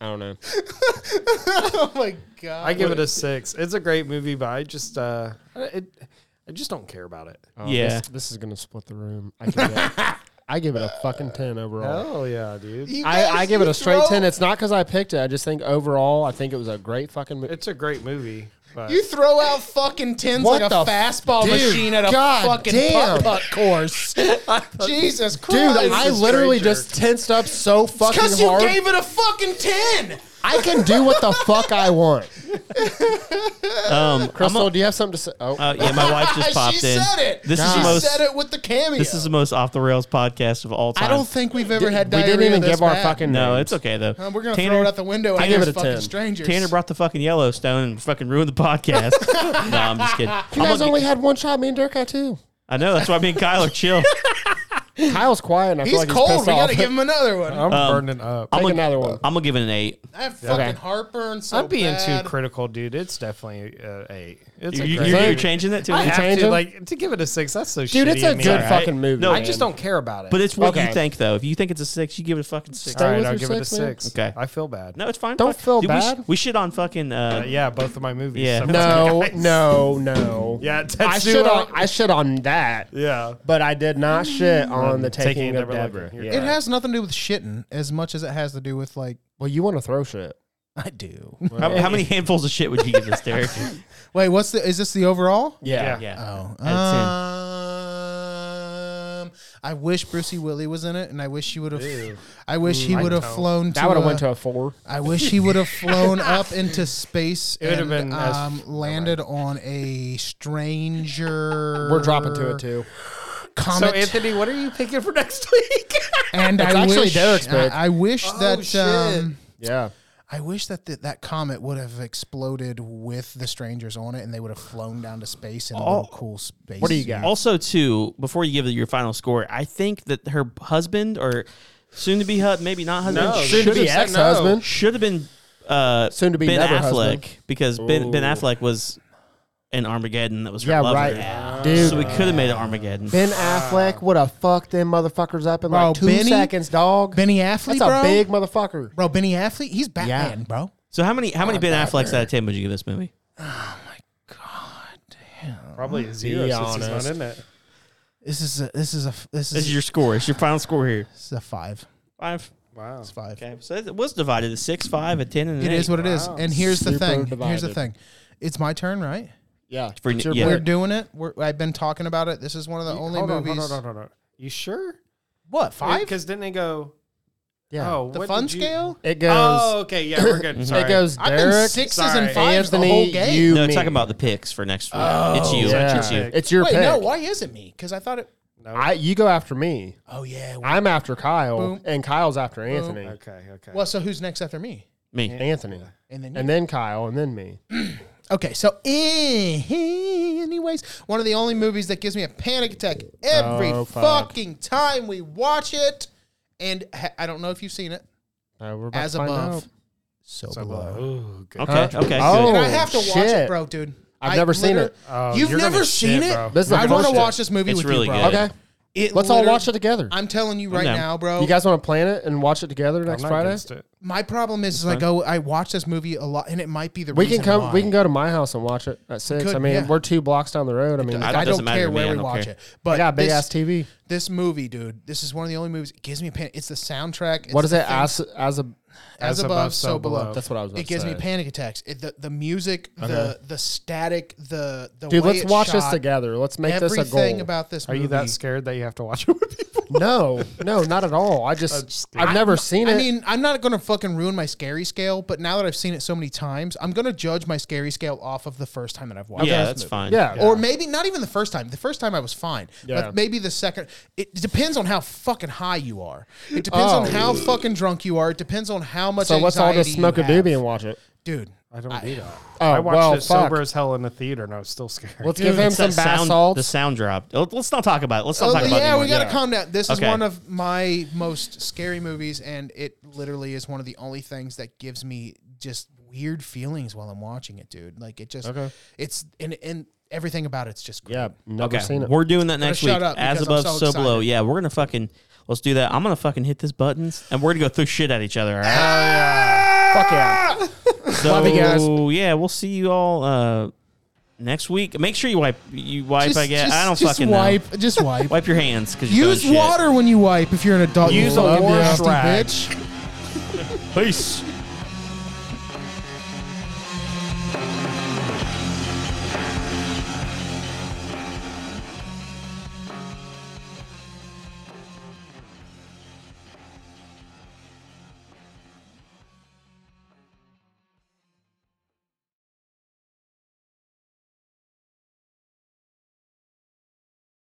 I don't know.
*laughs* Oh my god.
I give it a six. It's a great movie, but I just uh, it, I just don't care about it.
Oh,
Yeah.
this, this is gonna split the room. I give it, I give it a fucking ten overall.
Hell yeah, dude!
You
I,
guys,
I give it
you
a straight
throw-
ten. It's not because I picked it. I just think overall, I think it was a great fucking movie.
It's a great movie, but
You throw out fucking tens
What
like a
the f-
fastball
Dude,
machine at a
God
fucking
damn.
putt putt course. *laughs* Jesus
Dude,
Christ.
I literally just tensed up so fucking
Because you
hard.
gave it a fucking ten.
I can do what the fuck I want.
Um, I'm
Crystal,
a-
do you have something to say? Oh,
uh, yeah, my wife just
*laughs* she
popped in.
said it.
This is
she
the most.
said it with the cameo.
This is the most off the rails podcast of all time.
I don't think we've ever had
we
diarrhea
didn't even
this
give our
bad.
fucking.
No,
names.
it's okay though.
Um, we're gonna
Tanner-
throw it out the window
I
at
give
these
it a
fucking
10.
strangers.
Tanner brought the fucking Yellowstone and fucking ruined the podcast. no, I'm just kidding.
You
I'm
guys
gonna-
only had one shot. Me and Dirk had two.
I know that's why me and Kyle are chill.
Kyle's quiet. And I
He's
feel like
cold.
He's
we gotta
pissed *laughs*
give him another one.
I'm
Um,
burning up.
off.
I'm,
Take
gonna-
another one.
Uh, I'm uh, gonna give it an eight.
I have fucking
Okay.
heartburn. So
being
bad.
too critical, dude. It's definitely uh, eight. It's
You,
a
you,
great
you're
movie.
changing that to
I
an eight?
You're
have to
changing?
like to give it a six. That's so
Dude,
shitty
it's a
of me.
good
right.
fucking movie.
No,
man.
I just don't care about it.
But it's what you
Okay.
think though. If you think it's a six, you give it a fucking six.
Stay
all right.
with
I'll
your
give it a
six, man.
six.
Okay.
I feel bad.
No, it's fine.
Don't
Fuck.
feel
we sh-
bad.
We, shit on fucking. Uh,
Uh, yeah, both of my movies.
Yeah.
suck. *laughs*
No,
Guys.
no, no.
Yeah,
I
Tetsuo.
should on I should on that,
Yeah.
but I did not shit on the
Taking
taking, of
Deborah
Deborah.
Lincoln.
Yeah.
It has nothing to do with shitting as much as it has to do with
*laughs*
like
well, you want to throw shit?
I do.
How, how many handfuls of shit would you give this, Derek?
Wait, what's the? Is this the overall?
Yeah.
yeah.
Oh,
Out
um, I wish Brucey Willie was in it, and I wish he would have. I wish he would have
don't.
flown.
Mm, That would have
a-
went to a four.
I wish he
*laughs*
would have flown up into space
It would've
and
been as-
um, landed on a stranger.
We're dropping to a *laughs* two.
Comet.
So Anthony, what are you picking for *laughs* next week?
and I
actually
wish,
Derek's
I,
pick.
I wish that.
Oh, shit.
Um,
Yeah.
I wish that th- that comet would have exploded with the strangers on it, and they would have flown down to space in a little cool space.
Oh. What do you got?
Also, too, before you give your final score, I think that her husband or soon to be husband, maybe not husband,
No,
should
Should be
have
ex husband.
should have been uh,
Soon to be
Ben
never
Affleck
husband.
because Ben Ben
Ooh.
Affleck was in Armageddon that was her
Yeah,
lover.
right, dude.
So we could have made it Armageddon.
ben Affleck would have fucked them motherfuckers up in
Bro,
like two
Benny-
seconds, dog.
Benny Affleck,
That's a
bro?
big motherfucker.
bro? Benny Affleck, he's Batman, bro.
So how many how many Ben Afflecks out of ten would you give this movie?
Probably a zero.
Be
Since he's
honest.
not in it.
This is a, this is a this is,
This is your score. It's your final score here.
this is a five.
Five.
Wow.
It's five.
Okay. So it was divided. A six, five, a ten, and an
It
eight.
is what it is. And here's the
Super
thing. Here's the
divided.
thing. It's my turn, right?
Yeah.
For-
it's your
yeah.
We're
pick.
doing it. We're, I've been talking about it. This is one of the only
hold on,
movies.
hold on, hold on, hold on. You sure?
What five?
Because didn't they go?
Yeah.
Oh,
the
what
fun
did you-
scale.
It goes.
Oh, okay, yeah, we're good. Sorry.
*coughs* it goes.
I've
Derek,
been sixes
sorry,
and fives
Anthony,
the whole game.
you,
No,
me.
talking about the picks for next week. it's you.
Yeah.
It's you.
It's your
Wait,
pick.
no. Why is it me? Because I thought it.
I, you go after me.
Oh yeah. Well,
I'm after Kyle,
Boom.
and Kyle's after Anthony.
Okay, okay.
well, so who's next after me?
Me.
Anthony,
And then you.
and then Kyle, and then me.
Okay, so anyways, one of the only movies that gives me a panic attack every
Oh, fuck.
fucking time we watch it, and ha- I don't know if you've seen it.
Uh, we're about
As
to find
above,
out.
so,
So,
below.
uh, ooh, good.
Okay. Okay.
Oh.
good.
And I have to watch it,
shit.
bro, dude.
I've
I
never seen
literally-
it.
Oh,
You've
you're gonna
never
shit,
seen
bro.
it.
This is the
I want to
first
watch
shit.
this movie
It's
with
really
you, bro.
good.
Okay,
It
let's all
literally-
watch it together.
I'm telling you right
down.
now, bro.
you guys want to plan it and watch it together
I'm
next
not
Friday?
against it.
my problem is, is I go, I watch this movie a lot, and it might be the
We
reason
can come.
Why.
We can go to my house and watch it at six.
could,
I mean,
yeah.
we're two blocks down the road. I mean,
I
I
don't-
I don't
doesn't matter
care
to me.
where
I
we
don't
watch
care.
it, but
got a big
this-
ass TV.
This movie, dude, this is one of the only movies. It gives me a panic. It's the soundtrack. It's
What is
the
it?
thing-
As as a
As, above, so below.
that's what I was. About
It gives
to
me
say.
panic attacks. It, the the music, the the static, the the
Dude,
way
let's
it's
watch this
shot,
together. Let's make this a
Everything
goal.
about this
Are
movie.
you that scared that you have to watch it with people?
*laughs* no, no, not at all. I just I've never seen it.
I mean, I'm not gonna fucking ruin my scary scale, but now that I've seen it so many times, I'm gonna judge my scary scale off of the first time that I've watched.
Yeah,
this
that's
movie.
fine.
yeah,
Or maybe not even the first time. The first time I was fine,
Yeah.
but maybe the second. It depends on how fucking high you are. It depends on
Oh.
how fucking drunk you are. It depends on how much.
so let's all just
anxiety
smoke
you
a doobie
have.
and watch it.
dude.
I don't do that.
Oh,
I watched
well,
it
fuck.
sober as hell in the theater, and I was still scared.
Let's
Dude,
give him
it's
some
The
bath
sound, the
salts.
sound dropped. Oh, Let's not talk about it. Let's not
Oh,
talk about it.
yeah, we
anymore.
gotta calm down. This
Okay.
is one of my most scary movies, and it literally is one of the only things that gives me just weird feelings while I'm watching it, dude. Like it just, it's and and everything about it's just great.
Yeah, never
Okay,
seen it.
we're doing that next week.
shut up
As
because
above,
I'm
so,
so
below.
excited.
Yeah, we're gonna fucking let's do that. I'm gonna fucking hit this buttons, and we're gonna go through shit at each other. All
Ah,
right.
Fuck yeah.
so
Love you guys.
yeah, we'll see you all uh, next week. Make sure you wipe. You wipe.
Just-
I guess
just-
I don't
just
fucking know.
wipe, just wipe.
Wipe your hands because
Use water when you wipe if you're an adult. you
Use a
fucking
wash
nasty
rag.
bitch.
Peace.